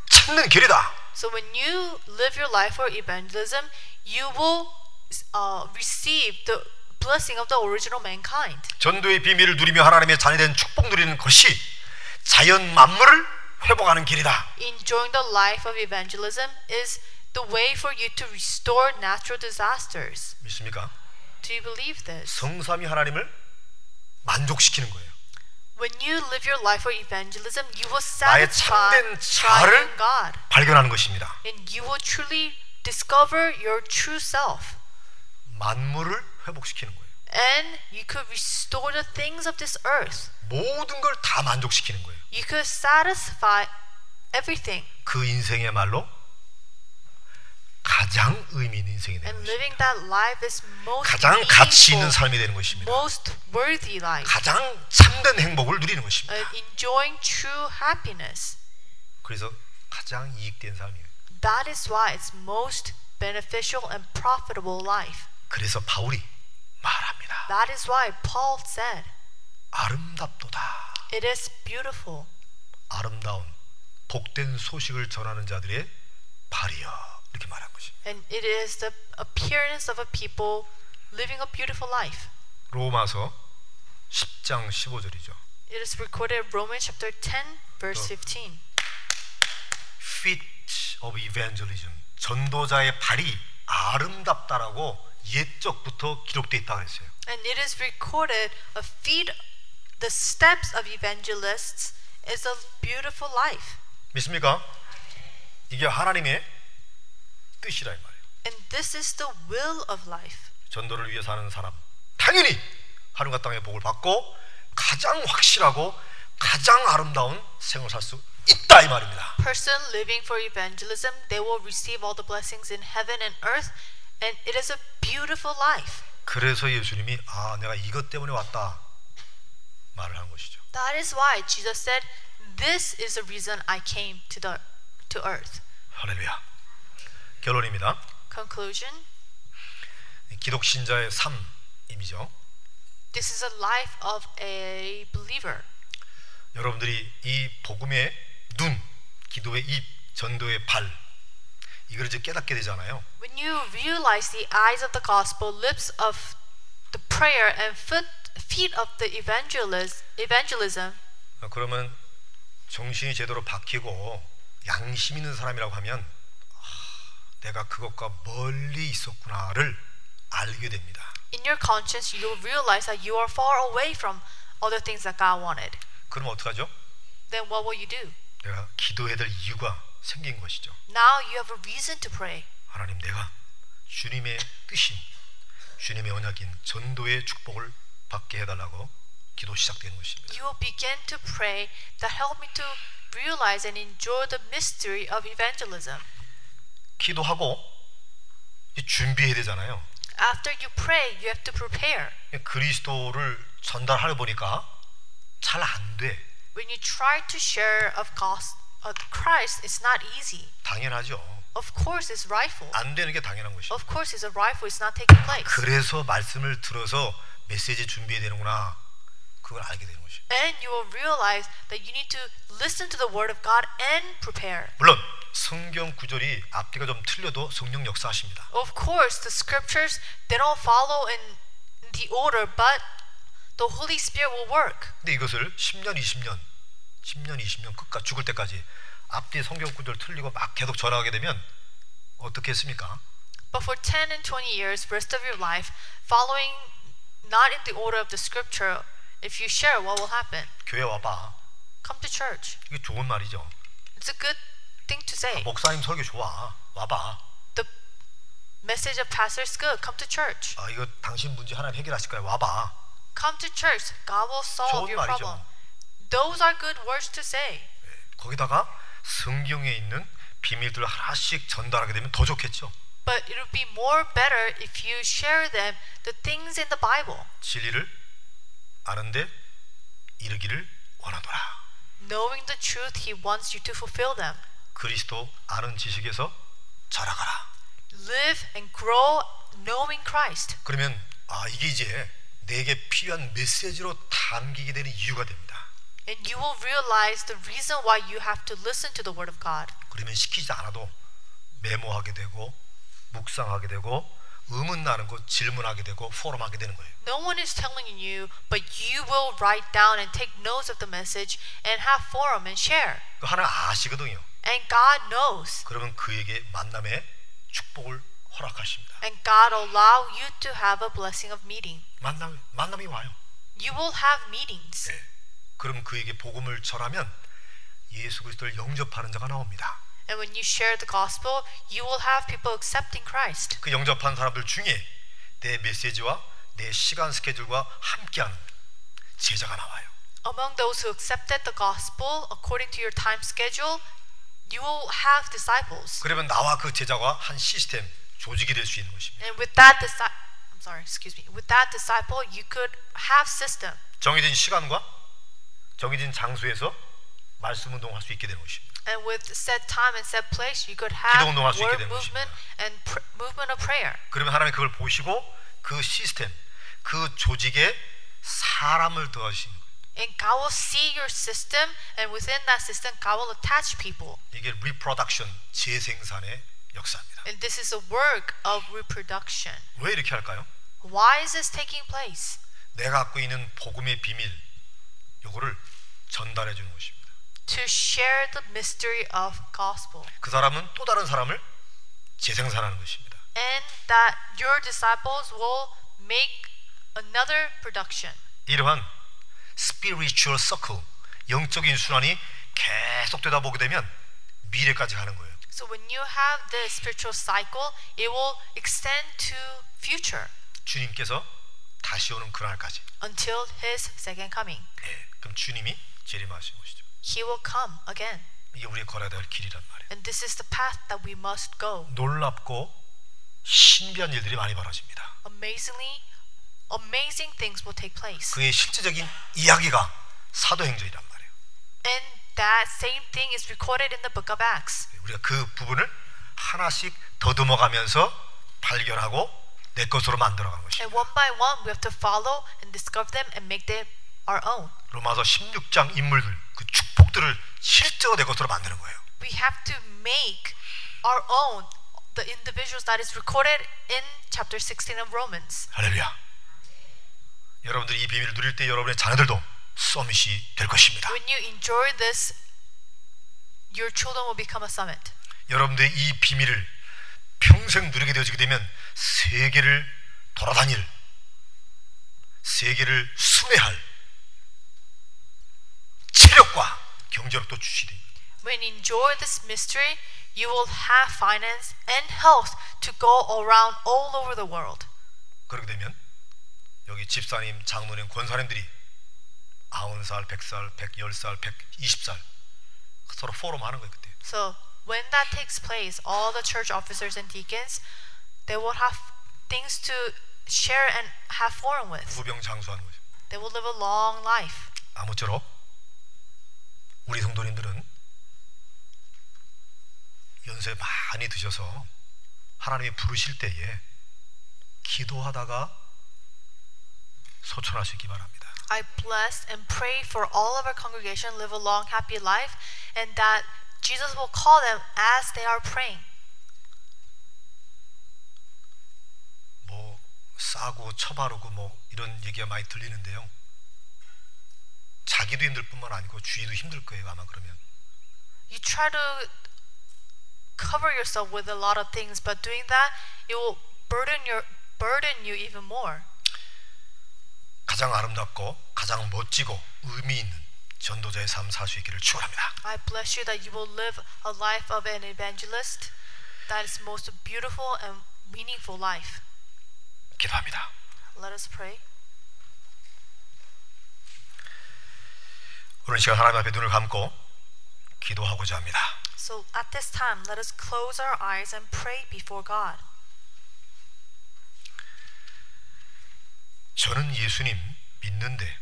Speaker 1: 찾는 길이다.
Speaker 2: So when you live your life for evangelism, you will uh, receive the blessing of the original mankind.
Speaker 1: 전도의 비밀을 누리며 하나님의 자녀 된 축복 누리는 것이 자연 만물을 회복하는 길이다.
Speaker 2: Enjoying the life of evangelism is the way for you to restore natural disasters.
Speaker 1: 믿습니까?
Speaker 2: Do you believe this?
Speaker 1: 성삼이 하나님을 만족시키는 거예요.
Speaker 2: When you live your life for evangelism, you will
Speaker 1: 나의
Speaker 2: satisfy
Speaker 1: 참된 자아를
Speaker 2: triune God.
Speaker 1: 발견하는 것입니다.
Speaker 2: and you will truly discover your true self
Speaker 1: 만물을 회복시키는 거예요.
Speaker 2: and you could restore the things of this earth
Speaker 1: 모든 걸 다 만족시키는 거예요.
Speaker 2: you could satisfy everything
Speaker 1: 그 인생의 말로 가장 의미 있는 인생이 되는
Speaker 2: and
Speaker 1: 것입니다.
Speaker 2: living that life is most
Speaker 1: 가장 가치 있는
Speaker 2: meaningful,
Speaker 1: 삶이 되는 것입니다.
Speaker 2: most worthy life
Speaker 1: 가장 참된 행복을 누리는 것입니다.
Speaker 2: and enjoying true happiness
Speaker 1: 그래서 가장 이익된 삶이에요.
Speaker 2: that is why it's most beneficial and profitable life
Speaker 1: 그래서 바울이 말합니다.
Speaker 2: that is why paul said
Speaker 1: 아름답도다.
Speaker 2: it is beautiful
Speaker 1: 아름다운 복된 소식을 전하는 자들의 발이여 이렇게 말한 것이.
Speaker 2: And it is the appearance of a people living a beautiful life.
Speaker 1: 로마서 10장 15절이죠.
Speaker 2: It is recorded in Romans chapter 10, verse 15.
Speaker 1: feet of evangelism 전도자의 발이 아름답다라고 옛적부터 기록되어 있다고 했어요.
Speaker 2: And it is recorded a feet the steps of evangelists is a beautiful life.
Speaker 1: 믿습니까? 이게 하나님의 뜻이라 이 말이에요.
Speaker 2: And this is the will of life.
Speaker 1: 전도를 위해 사는 사람 당연히 하늘과 땅의 복을 받고 가장 확실하고 가장 아름다운 생을 살 수 있다 이 말입니다.
Speaker 2: Person living for evangelism, they will receive all the blessings in heaven and earth, and it is a beautiful life.
Speaker 1: 그래서 예수님이 아 내가 이것 때문에 왔다 말을 한 것이죠.
Speaker 2: That is why Jesus said, "This is the reason I came to the to earth."
Speaker 1: 할렐루야. 결론입니다.
Speaker 2: Conclusion:
Speaker 1: 기독 신자의 삶임이죠.
Speaker 2: This is a life of a believer.
Speaker 1: 여러분들이 이 복음의 눈, 기도의 입, 전도의 발 이걸 이제 깨닫게 되잖아요.
Speaker 2: When you realize the eyes of the gospel, lips of the prayer, and foot, feet of the evangelist, evangelism,
Speaker 1: 어, 그러면 정신이 제대로 박히고 양심 있는 사람이라고 하면 아, 내가 그것과 멀리 있었구나를 알게 됩니다.
Speaker 2: in your conscience, you'll realize that you are far away from all the things that God wanted.
Speaker 1: 그럼 어떡하죠?
Speaker 2: Then what will you do?
Speaker 1: 내가 기도해야 될 이유가 생긴 것이죠.
Speaker 2: Now you have a reason to pray.
Speaker 1: 하나님 내가 주님의 뜻인 주님의 언약인 전도의 축복을 받게 해달라고 기도 시작된 것입니다.
Speaker 2: You will begin to pray that help me to realize and enjoy the mystery of evangelism.
Speaker 1: 기도하고 이제 준비해야 되잖아요.
Speaker 2: After you pray, you have to prepare.
Speaker 1: 그리스도를 전달하려 보니까 잘 안 돼.
Speaker 2: When you try to share of gos- of Christ, it's not easy.
Speaker 1: 당연하죠.
Speaker 2: Of course, it's rightful.
Speaker 1: 안 되는 게 당연한 것이죠.
Speaker 2: Of course, his arrival is not taking place.
Speaker 1: 그래서 말씀을 들어서 메시지 준비해야 되는구나. 그걸 알게 되는 것이죠.
Speaker 2: And you will realize that you need to listen to the word of God and prepare.
Speaker 1: 물론 성경 구절이 앞뒤가 좀 틀려도 성령 역사하십니다.
Speaker 2: Of course, the scriptures they don't follow in the order, but the Holy Spirit will work.
Speaker 1: 근데 이것을 10년, 20년, 10년, 20년 끝까지 죽을 때까지 앞뒤 성경 구절 틀리고 막 계속 전하게 되면 어떻게 했습니까?
Speaker 2: But for 10 and 20 years, rest of your life, following not in the order of the scripture, if you share, what will happen?
Speaker 1: 교회 와봐.
Speaker 2: Come to church.
Speaker 1: 이게 좋은 말이죠.
Speaker 2: It's a good thing to say.
Speaker 1: 목사님 설교 좋아. 와봐.
Speaker 2: The message of pastor is good. Come to church.
Speaker 1: 아 이거 당신 문제 하나님 해결하실 거야. 와봐.
Speaker 2: Come to church. God will solve
Speaker 1: 좋은
Speaker 2: your
Speaker 1: 말이죠.
Speaker 2: problem. Those are good words to say.
Speaker 1: 거기다가 성경에 있는 비밀들을 하나씩 전달하게 되면 더 좋겠죠.
Speaker 2: But it would be more better if you share them the things in the Bible.
Speaker 1: 진리를 아는데 이르기를 원하노라.
Speaker 2: Knowing the truth, He wants you to fulfill them.
Speaker 1: 그리스도 아는 지식에서 자라가라.
Speaker 2: Live and grow knowing Christ.
Speaker 1: 그러면 아 이게 이제 내게 필요한 메시지로 담기게 되는 이유가 됩니다.
Speaker 2: And you will realize the reason why you have to listen to the Word of God.
Speaker 1: 그러면 시키지 않아도 메모하게 되고 묵상하게 되고 의문 나는 거 질문하게 되고 포럼하게 되는 거예요.
Speaker 2: No one is telling you, but you will write down and take notes of the message and have forum and share.
Speaker 1: 그 하나 아시거든요.
Speaker 2: And God knows.
Speaker 1: 그러면 그에게 만남의 축복을 허락하십니다.
Speaker 2: And God will allow you to have a blessing of meeting.
Speaker 1: 만남 만남이 와요.
Speaker 2: You will have meetings.
Speaker 1: 예. 그럼 그에게 복음을 전하면 예수 그리스도를 영접하는 자가 나옵니다.
Speaker 2: And when you share the gospel, you will have people accepting Christ.
Speaker 1: 그 영접한 사람들 중에 내 메시지와 내 시간 스케줄과 함께하는 제자가 나와요.
Speaker 2: Among those who accepted the gospel according to your time schedule, you will have disciples.
Speaker 1: 그러면 나와 그 제자가 한 시스템 조직이 될 수 있는 것입니다.
Speaker 2: And with that disciple, I'm sorry, excuse me. With that disciple, you could have system.
Speaker 1: 정해진 시간과 정해진 장소에서 말씀 운동할 수 있게 되는 것입니다.
Speaker 2: And with set time and set place, you could
Speaker 1: 기도
Speaker 2: have
Speaker 1: 운동할 수 있게
Speaker 2: word
Speaker 1: 되는
Speaker 2: movement and pr- movement of prayer.
Speaker 1: 그러면 하나님 그걸 보시고 그 시스템, 그 조직에 사람을 더하시는 거예요.
Speaker 2: And God will see your system, and within that system, God will attach people.
Speaker 1: 이게 리프로덕션 재생산의 역사입니다.
Speaker 2: And this is a work of reproduction.
Speaker 1: 왜 이렇게 할까요?
Speaker 2: Why is this taking place?
Speaker 1: 내가 갖고 있는 복음의 비밀 요거를 전달해 주는 것입니다.
Speaker 2: To share the mystery of gospel.
Speaker 1: 그 사람은 또 다른 사람을 재생산하는 것입니다.
Speaker 2: And that your disciples will make another production.
Speaker 1: 이러한 spiritual circle 영적인 순환이 계속되다 보게 되면 미래까지 가는 거예요.
Speaker 2: So when you have this spiritual cycle, it will extend to future
Speaker 1: 주님께서 다시 오는 그날까지.
Speaker 2: until his second coming.
Speaker 1: 예, 그럼 주님이 재림하신 것이죠.
Speaker 2: He will come again.
Speaker 1: 이게 우리의 걸어야 될 길이란 말이에요.
Speaker 2: And this is the path that we must go.
Speaker 1: 놀랍고 신비한 일들이 많이 벌어집니다.
Speaker 2: Amazingly, amazing things will take place.
Speaker 1: 그의 실제적인 이야기가 사도행전이란 말이에요.
Speaker 2: And that same thing is recorded in the book of Acts.
Speaker 1: 우리가 그 부분을 하나씩 더듬어 가면서 발견하고 내 것으로 만들어 가는 것이에요.
Speaker 2: And one by one, we have to follow and discover them and make them our own.
Speaker 1: 로마서 16장 인물들 그 축복들을 실제로 내 것으로 만드는 거예요.
Speaker 2: We have to make our own the individuals that is recorded in chapter 16 of Romans.
Speaker 1: 할렐루야. 여러분들이 이 비밀을 누릴 때 여러분의 자녀들도 서밋이 될 것입니다.
Speaker 2: When you enjoy this, your children will become a summit.
Speaker 1: 여러분들이 이 비밀을 평생 누리게 되어지게 되면 세계를 돌아다닐 세계를 순회할 체력과 경제력도 주시리
Speaker 2: When you enjoy this mystery, you will have finance and health to go around all over the world.
Speaker 1: 그렇게 되면 여기 집사님, 장로님, 권사님들이 90살, 100살, 110살, 120살 서로 포럼하는 거예요 그때
Speaker 2: So when that takes place, all the church officers and deacons, they will have things to share and have forum with.
Speaker 1: 무병장수하는 거죠
Speaker 2: They will live a long life.
Speaker 1: 아무쪼록 우리 성도님들은 연세 많이 드셔서 하나님이 부르실 때에 기도하다가 소천하시기 바랍니다.
Speaker 2: I bless and pray for all of our congregation live a long, happy life, and that Jesus will call them as they are praying.
Speaker 1: 뭐 싸고 처바르고 뭐 이런 얘기가 많이 들리는데요. 자기도 힘들 뿐만 아니고 주위도 힘들 거예요 아마 그러면.
Speaker 2: You try to cover yourself with a lot of things, but doing that, it will burden your burden you even more.
Speaker 1: 가장 아름답고 가장 멋지고 의미 있는 전도자의 삶 사수있기를 축원합니다.
Speaker 2: I bless you that you will live a life of an evangelist that is most beautiful and meaningful life.
Speaker 1: 기도합니다.
Speaker 2: Let us pray.
Speaker 1: 오늘 시간 하나님 앞에 눈을 감고 기도하고자 합니다.
Speaker 2: So at this time, let us close our eyes and pray before God.
Speaker 1: 저는 예수님 믿는데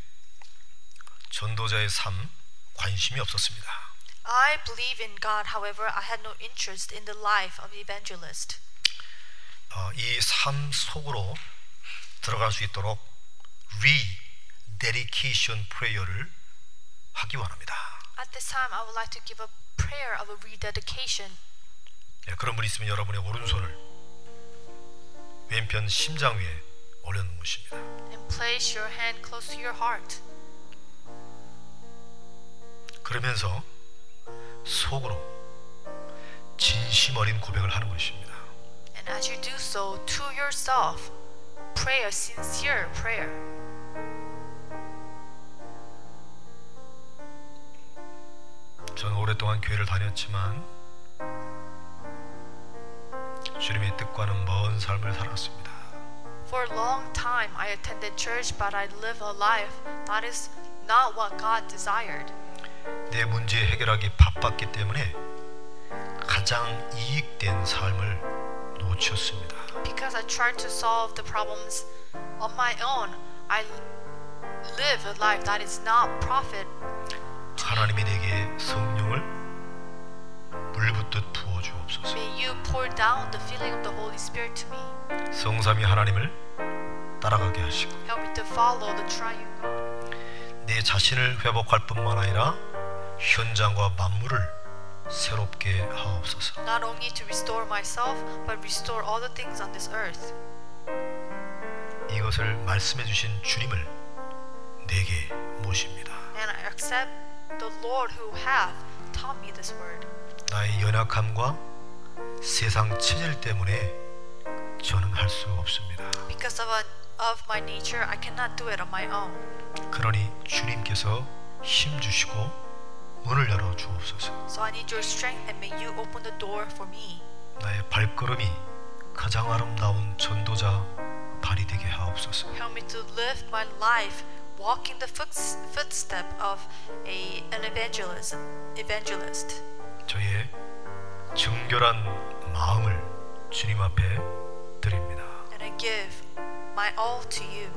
Speaker 1: 전도자의 삶 관심이 없었습니다.
Speaker 2: I believe in God, however, I had no interest in the life of evangelist.
Speaker 1: 어, 이삶 속으로 들어갈 수 있도록 rededication prayer를 하기 원합니다.
Speaker 2: At this time, I would like to give a prayer of a rededication.
Speaker 1: 예, 그런 분이 있으면 여러분의 오른손을 왼편 심장 위에 올려놓는 것입니다.
Speaker 2: and place your hand close to your heart.
Speaker 1: 그러면서 속으로 진심 어린 고백을 하는 것입니다.
Speaker 2: And as you do so, to yourself, pray a sincere prayer.
Speaker 1: 저는 오랫동안 교회를 다녔지만 주님의 뜻과는 먼 삶을 살았습니다.
Speaker 2: For a long time, I attended church, but I lived a life that is not what God desired.
Speaker 1: 내 문제 해결하기 바빴기 때문에 가장 이익된 삶을 놓쳤습니다.
Speaker 2: Because I tried to solve the problems on my own, I live a life that is not profit.
Speaker 1: 하나님이 내게 성령을 물붓듯 부어 주옵소서.
Speaker 2: May you pour down the feeling of the Holy Spirit to me.
Speaker 1: 성삼위 하나님을 따라가게 하시고
Speaker 2: Help me to follow the triune God.
Speaker 1: 내 자신을 회복할 뿐만 아니라 현장과 만물을 새롭게 하옵소서.
Speaker 2: not only to restore myself, but restore all the things on this earth.
Speaker 1: 이것을 말씀해 주신 주님을 내게 모십니다.
Speaker 2: And I accept the Lord who hath taught me this word.
Speaker 1: 나의 연약함과 세상 체질 때문에 저는 할 수 없습니다.
Speaker 2: Because of, a, of my nature, I cannot do it on my own.
Speaker 1: 그러니 주님께서 힘 주시고 문을 열어 주옵소서.
Speaker 2: So I need your strength, and may you open the door for me.
Speaker 1: 나의 발걸음이 가장 아름다운 전도자 발이 되게 하옵소서.
Speaker 2: Help me to live my life walking the foot, footstep of a, an evangelist. Evangelist.
Speaker 1: 저의 정결한 마음을 주님 앞에 드립니다.
Speaker 2: And I give my all to you.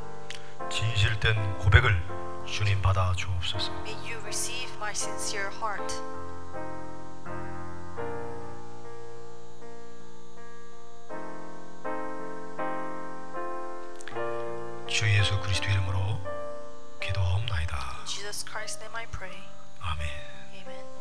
Speaker 1: 진실된 고백을 주님 받아 주옵소서.
Speaker 2: May you receive my sincere heart.
Speaker 1: 주 예수 그리스도 이름으로 기도하옵나이다.
Speaker 2: In Jesus Christ's name I pray.
Speaker 1: 아멘.
Speaker 2: Amen.